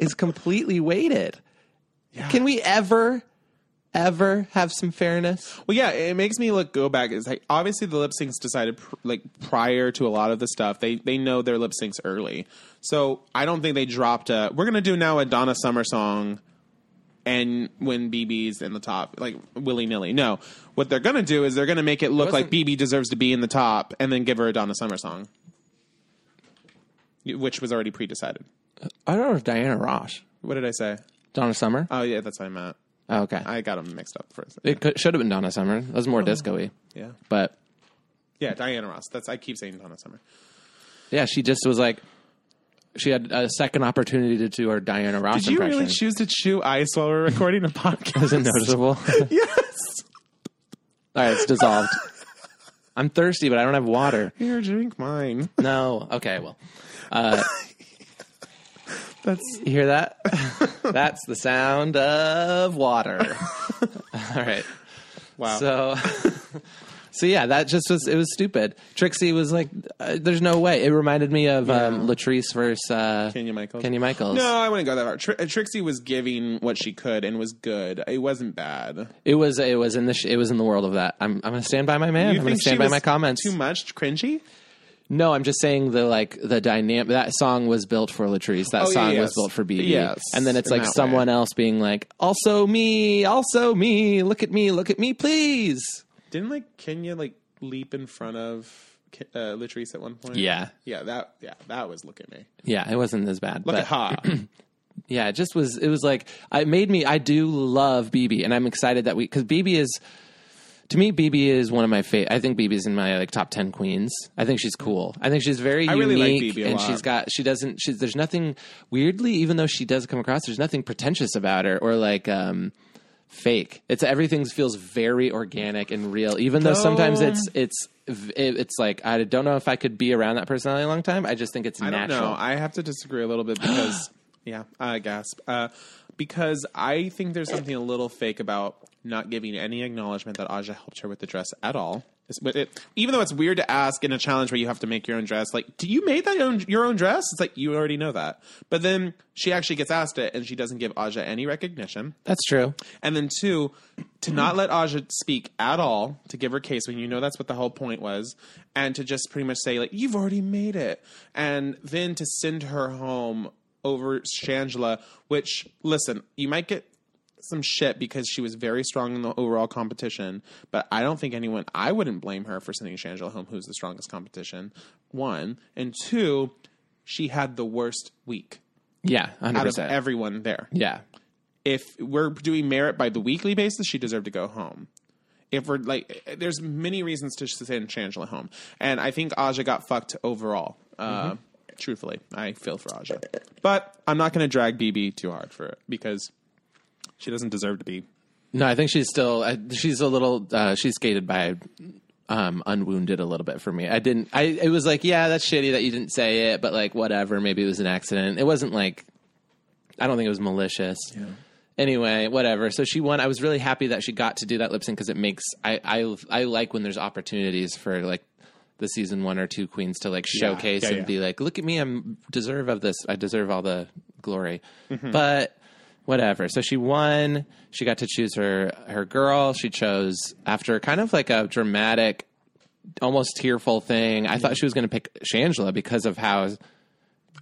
Speaker 2: is completely weighted. Can we ever, ever have some fairness?
Speaker 3: Well, yeah, it makes me look go back. It's like obviously the lip syncs decided pr- like prior to a lot of the stuff. They they know their lip syncs early, so I don't think they dropped a. We're gonna do now a Donna Summer song, and when BB's in the top, like willy nilly. No, what they're gonna do is they're gonna make it look like
Speaker 2: wasn't-
Speaker 3: BB deserves to be in the top, and then give her a Donna Summer song, Y- which was already pre decided.
Speaker 2: I don't know if Diana Ross, Uh,
Speaker 3: What did I say?
Speaker 2: Donna Summer. Oh,
Speaker 3: Oh yeah, that's what I meant.
Speaker 2: okay,
Speaker 3: I got them mixed up for a second.
Speaker 2: it could, should have been Donna Summer. That was more disco-y.
Speaker 3: Yeah.
Speaker 2: but
Speaker 3: Yeah, Diana Ross. That's I keep saying Donna Summer.
Speaker 2: yeah, she just was like, she had a second opportunity to do her Diana Ross
Speaker 3: Did you
Speaker 2: impression.
Speaker 3: really
Speaker 2: [laughs]
Speaker 3: choose to chew ice while we're recording a
Speaker 2: Is it
Speaker 3: podcast?
Speaker 2: noticeable? [laughs] All
Speaker 3: yes.
Speaker 2: right, it's dissolved. I'm thirsty, but I don't have water.
Speaker 3: Here, drink mine.
Speaker 2: No. Okay. Well,
Speaker 3: That's
Speaker 2: you hear
Speaker 3: [laughs]
Speaker 2: that? That's the sound of
Speaker 3: [laughs]
Speaker 2: water. All right.
Speaker 3: wow.
Speaker 2: So, [laughs] so yeah, that just was it was stupid. Trixie was like, uh, "There's no way." It reminded me of um, Latrice versus uh,
Speaker 3: Kenya Michaels.
Speaker 2: Kenya Michaels.
Speaker 3: No, I wouldn't go that far. Tri- uh, Trixie was giving what she could and was good. It wasn't bad.
Speaker 2: It was it was in the sh- it was in the world of that. I'm I'm gonna stand by my man. I'm gonna stand by my comments.
Speaker 3: too much cringy?
Speaker 2: No, I'm just saying the like the dynamic. That song was built for Latrice. That
Speaker 3: Oh, yeah,
Speaker 2: song
Speaker 3: yes.
Speaker 2: was built for BB.
Speaker 3: Yes,
Speaker 2: and then it's
Speaker 3: in
Speaker 2: like
Speaker 3: that
Speaker 2: someone
Speaker 3: way.
Speaker 2: else being like, "Also me, also me. Look at me, look at me, please."
Speaker 3: Didn't like Kenya like leap in front of Ki- uh, Latrice at one point?
Speaker 2: Yeah.
Speaker 3: yeah, that yeah, that was look at me,
Speaker 2: Yeah, it wasn't as bad. but
Speaker 3: look at ha.
Speaker 2: yeah, it just was. It was like it made me. I do love BB, and I'm excited that we because BB is. To me, BB is one of my favorite. I think BB is in my like top ten queens. I think she's cool. I think she's very
Speaker 3: I really
Speaker 2: unique,
Speaker 3: like BB a
Speaker 2: and
Speaker 3: lot.
Speaker 2: she's got. She doesn't. She's there's nothing weirdly, even though she does come across. There's nothing pretentious about her or like um fake. It's everything feels very organic and real, even though sometimes it's it's v- it, it's like I don't know if I could be around that personality a long time. I just think it's
Speaker 3: I don't
Speaker 2: natural.
Speaker 3: know. I have to disagree a little
Speaker 2: [gasps]
Speaker 3: bit because yeah, I gasp. Uh, because I think there's something a little fake about not giving any acknowledgement that Aja helped her with the dress at all. It's- but it- even though it's weird to ask in a challenge where you have to make your own dress, like, do you made that own, your own dress? It's like you already know that. But then she actually gets asked it, and she doesn't give Aja any recognition.
Speaker 2: That's true.
Speaker 3: And then two, to not let Aja speak at all, to give her case when you know that's what the whole point was, and to just pretty much say like you've already made it, and then to send her home over Shangela, which listen, you might get some shit because she was very strong in the overall competition, but I don't think anyone I wouldn't blame her for sending Shangela home, who's the strongest competition. One and two, she had the worst week
Speaker 2: Yeah, hundred
Speaker 3: out of
Speaker 2: percent.
Speaker 3: everyone there
Speaker 2: Yeah.
Speaker 3: if we're doing merit by the weekly basis, she deserved to go home. If we're like, there's many reasons to send Shangela home, and I think Aja got fucked overall. Uh, Truthfully, I feel for Aja, but I'm not going to drag BB too hard for it because she doesn't deserve to be.
Speaker 2: No, I think she's still I, she's a little uh, she's skated by um, unwounded a little bit for me. I didn't. I it was like yeah, that's shitty that you didn't say it, but like whatever. Maybe it was an accident. It wasn't like I don't think it was malicious. Anyway, whatever. So she won. I was really happy that she got to do that lip sync because it makes I, I I like when there's opportunities for like the season one or two queens to like showcase
Speaker 3: Yeah,
Speaker 2: and
Speaker 3: yeah.
Speaker 2: be like, look at me, I'm deserve of this. I deserve all the glory.
Speaker 3: Mm-hmm.
Speaker 2: But whatever. So she won. She got to choose her her girl. She chose after kind of like a dramatic, almost tearful thing. I thought she was going to pick Shangela because of how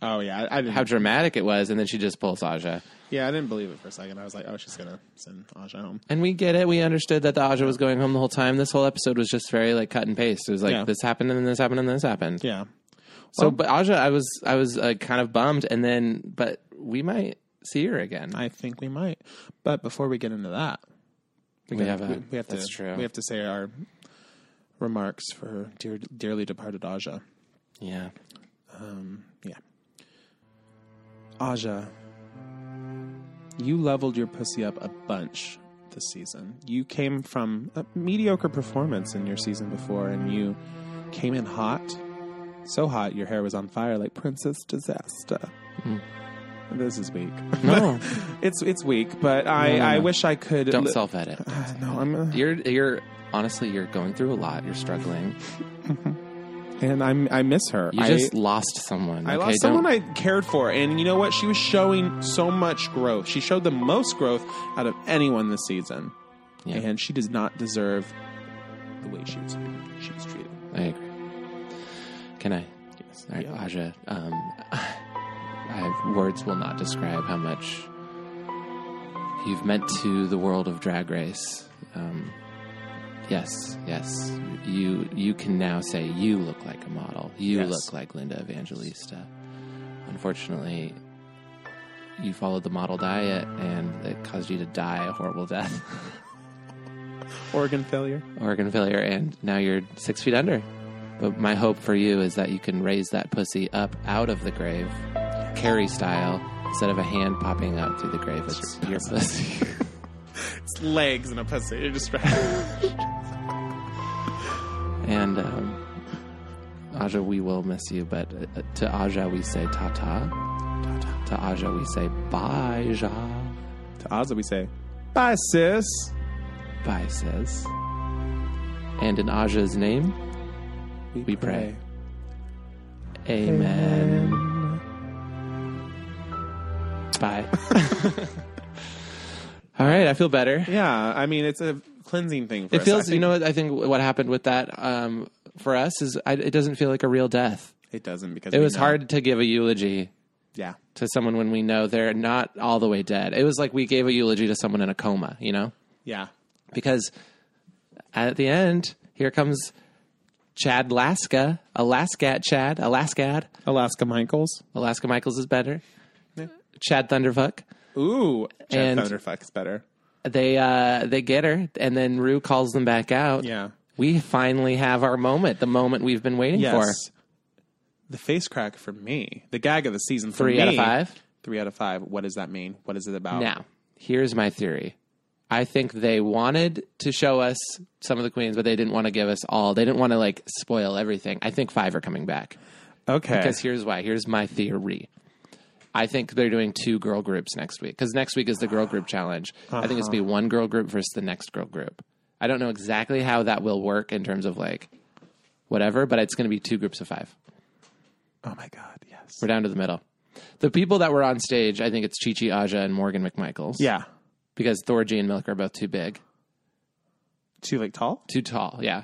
Speaker 3: Oh yeah, I, I didn't.
Speaker 2: how dramatic it was, and then she just pulls Aja.
Speaker 3: yeah, I didn't believe it for a second. I was like, oh, she's going to send Aja home.
Speaker 2: And we get it. We understood that the Aja was going home the whole time. This whole episode was just very like cut and paste. It was like
Speaker 3: Yeah.
Speaker 2: this happened and then this happened and this happened.
Speaker 3: Yeah,
Speaker 2: So, but Aja, I was I was uh, kind of bummed, and then but we might see her again.
Speaker 3: I think we might. But before we get into that,
Speaker 2: we have a,
Speaker 3: we, we have
Speaker 2: that's
Speaker 3: to
Speaker 2: true.
Speaker 3: we have to say our remarks for dear, dearly departed Aja.
Speaker 2: yeah.
Speaker 3: Yeah. Aja, you leveled your pussy up a bunch this season. You came from a mediocre performance in your season before, and you came in hot. So hot, your hair was on fire like Princess Disaster. This is weak.
Speaker 2: Mm. No,
Speaker 3: [laughs] It's it's weak, but I,
Speaker 2: No, no,
Speaker 3: I
Speaker 2: no.
Speaker 3: wish I could.
Speaker 2: don't self edit.
Speaker 3: [sighs] No, I'm. uh,
Speaker 2: You're you're honestly you're going through a lot. You're struggling.
Speaker 3: and I'm. I miss her.
Speaker 2: You
Speaker 3: I,
Speaker 2: just lost someone.
Speaker 3: I
Speaker 2: okay?
Speaker 3: lost someone I cared for, and you know what? She was showing so much growth. She showed the most growth out of anyone this season,
Speaker 2: Yeah.
Speaker 3: and she does not deserve the way she was she was treated.
Speaker 2: I agree. Can I?
Speaker 3: Yes.
Speaker 2: All right,
Speaker 3: Yeah.
Speaker 2: Aja. Um, [laughs] I, words will not describe how much you've meant to the world of Drag Race. Um, yes, yes. You you can now say you look like a model. You
Speaker 3: Yes.
Speaker 2: look like Linda Evangelista. Unfortunately, you followed the model diet, and it caused you to die a horrible death, [laughs]
Speaker 3: Organ failure.
Speaker 2: organ failure, and now you're six feet under. But my hope for you is that you can raise that pussy up out of the grave Carrie style, instead of a hand popping out through the grave, it's your pussy. [laughs]
Speaker 3: It's legs and a pussy. You're
Speaker 2: [laughs]
Speaker 3: distracted.
Speaker 2: and um, Aja, we will miss you, but uh, to Aja we say ta ta. To Aja we say bye, Ja.
Speaker 3: to Ozzy, we say, "Bye, sis."
Speaker 2: Bye, says. And in Aja's name, we pray. Amen. Bye. [laughs] All right, I feel better.
Speaker 3: Yeah, I mean it's a cleansing thing. For
Speaker 2: It
Speaker 3: us. I
Speaker 2: feels, you
Speaker 3: think
Speaker 2: know what I think what happened with that um, for us is I, it doesn't feel like a real death.
Speaker 3: it doesn't because
Speaker 2: It
Speaker 3: we
Speaker 2: was
Speaker 3: know.
Speaker 2: hard to give a eulogy
Speaker 3: Yeah,
Speaker 2: to someone when we know they're not all the way dead. It was like we gave a eulogy to someone in a coma, you know?
Speaker 3: yeah.
Speaker 2: Because at the end, here comes Chad Laska, Alaskat Chad, Alaskad.
Speaker 3: Alaska Michaels.
Speaker 2: Alaska Michaels is better. Chad Thunderfuck.
Speaker 3: Ooh, Chad
Speaker 2: And-
Speaker 3: Thunderfuck's better.
Speaker 2: They uh they get her and then Rue calls them back out.
Speaker 3: Yeah.
Speaker 2: We finally have our moment, the moment we've been waiting
Speaker 3: Yes. The face crack for me, the gag of the season.
Speaker 2: for. Three out of five.
Speaker 3: Three out of five. What does that mean? What is it about?
Speaker 2: Now, here's my theory. I think they wanted to show us some of the queens, but they didn't want to give us all. They didn't want to like spoil everything. I think five are coming back.
Speaker 3: Okay.
Speaker 2: Because here's why. Here's my theory. I think they're doing two girl groups next week because next week is the girl group challenge. I think it's
Speaker 3: Uh-huh.
Speaker 2: gonna be one girl group versus the next girl group. I don't know exactly how that will work in terms of like whatever, but it's gonna be two groups of five.
Speaker 3: oh my God. Yes.
Speaker 2: We're down to the middle. The people that were on stage, I think it's Chichi Aja and Morgan McMichaels.
Speaker 3: Yeah.
Speaker 2: because Thorgy and Milk are both too big,
Speaker 3: Too like tall.
Speaker 2: too tall. Yeah.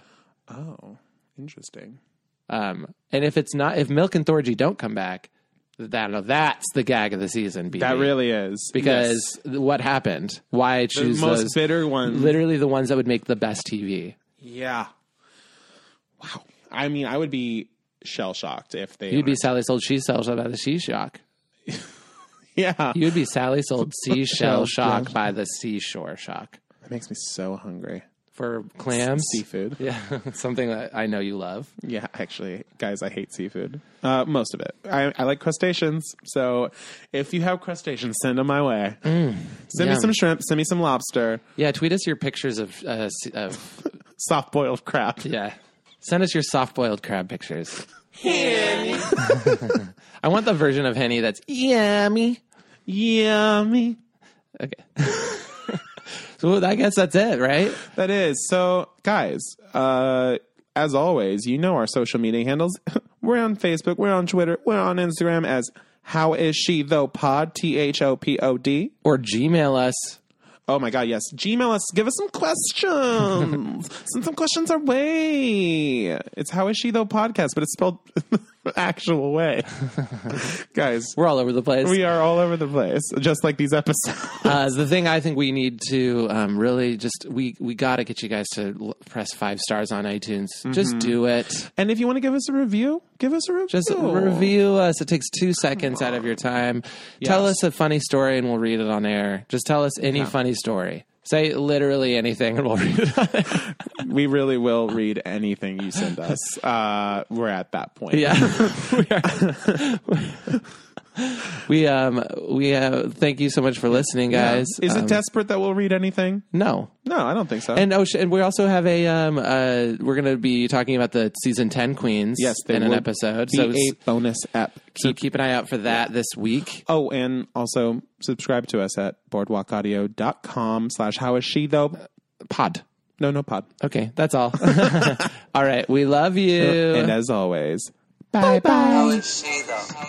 Speaker 3: Oh, interesting.
Speaker 2: Um, and if it's not, if Milk and Thorgy don't come back, that that's the gag of the season. BB.
Speaker 3: That really is
Speaker 2: because what happened? Why I
Speaker 3: yes.
Speaker 2: choose
Speaker 3: the most
Speaker 2: those?
Speaker 3: bitter one.
Speaker 2: Literally the ones that would make the best TV.
Speaker 3: Yeah. Wow. I mean, I would be shell shocked if they.
Speaker 2: You'd be Sally sold she sells by the sea shock.
Speaker 3: Yeah.
Speaker 2: You'd be Sally [laughs] sold seashell
Speaker 3: Shell shock.
Speaker 2: shock by the seashore shock
Speaker 3: That makes me so hungry.
Speaker 2: for clams.
Speaker 3: Seafood.
Speaker 2: [laughs] Yeah, something that I know you love.
Speaker 3: Yeah, [laughs] actually, guys, I hate seafood. Uh, most of it. I, I like crustaceans. So if you have crustaceans, send them my way. send me
Speaker 2: Mm, yum.
Speaker 3: some shrimp. Send me some lobster.
Speaker 2: Yeah, tweet us your pictures of, uh, se- of
Speaker 3: Soft boiled crab.
Speaker 2: Yeah. Send us your soft boiled crab pictures. [laughs] I want the version of Henny that's yummy.
Speaker 3: Yummy.
Speaker 2: Okay. so I guess that's it, right?
Speaker 3: That is. So, guys, uh, as always, you know our social media handles. [laughs] we're on Facebook, we're on Twitter, we're on Instagram as How Is She Though Pod, T H O P O D.
Speaker 2: Or Gmail us.
Speaker 3: Oh my God, yes. Gmail us, give us some
Speaker 2: [laughs]
Speaker 3: questions. Send some questions our way. It's How Is She Though Podcast, but it's spelled [laughs]
Speaker 2: [laughs]
Speaker 3: actual way. guys,
Speaker 2: We're all over the place.
Speaker 3: we are all over the place, just like these episodes. [laughs]
Speaker 2: [laughs] Uh, the thing I think we need to um, really just we we got to get you guys to l- press five stars on iTunes.
Speaker 3: Mm-hmm.
Speaker 2: Just do it.
Speaker 3: and if you want to give us a review, give us a review.
Speaker 2: Just review us. It takes two seconds out of your time. Tell us a funny story and we'll read it on air. Just tell us any funny story. Say literally anything and we'll [laughs] read it on air.
Speaker 3: [laughs] we really will read anything you send us. Uh, we're at that point. [laughs]
Speaker 2: Yeah. we [laughs] are. we um we uh thank you so much for listening guys.
Speaker 3: Is
Speaker 2: Um,
Speaker 3: it desperate that we'll read anything?
Speaker 2: No.
Speaker 3: No, I don't think so.
Speaker 2: And oh sh- and we also have a um uh we're going to be talking about the season 10 queens
Speaker 3: yes, there
Speaker 2: in an
Speaker 3: will
Speaker 2: episode.
Speaker 3: be
Speaker 2: So s-
Speaker 3: a bonus app.
Speaker 2: so keep an eye out for that this week.
Speaker 3: Oh, and also subscribe to us at boardwalkaudio.com slash how is she though?
Speaker 2: Pod.
Speaker 3: No, no pod.
Speaker 2: Okay, that's all. [laughs] all right, we love you.
Speaker 3: Uh, And as always, bye.
Speaker 4: How is she though?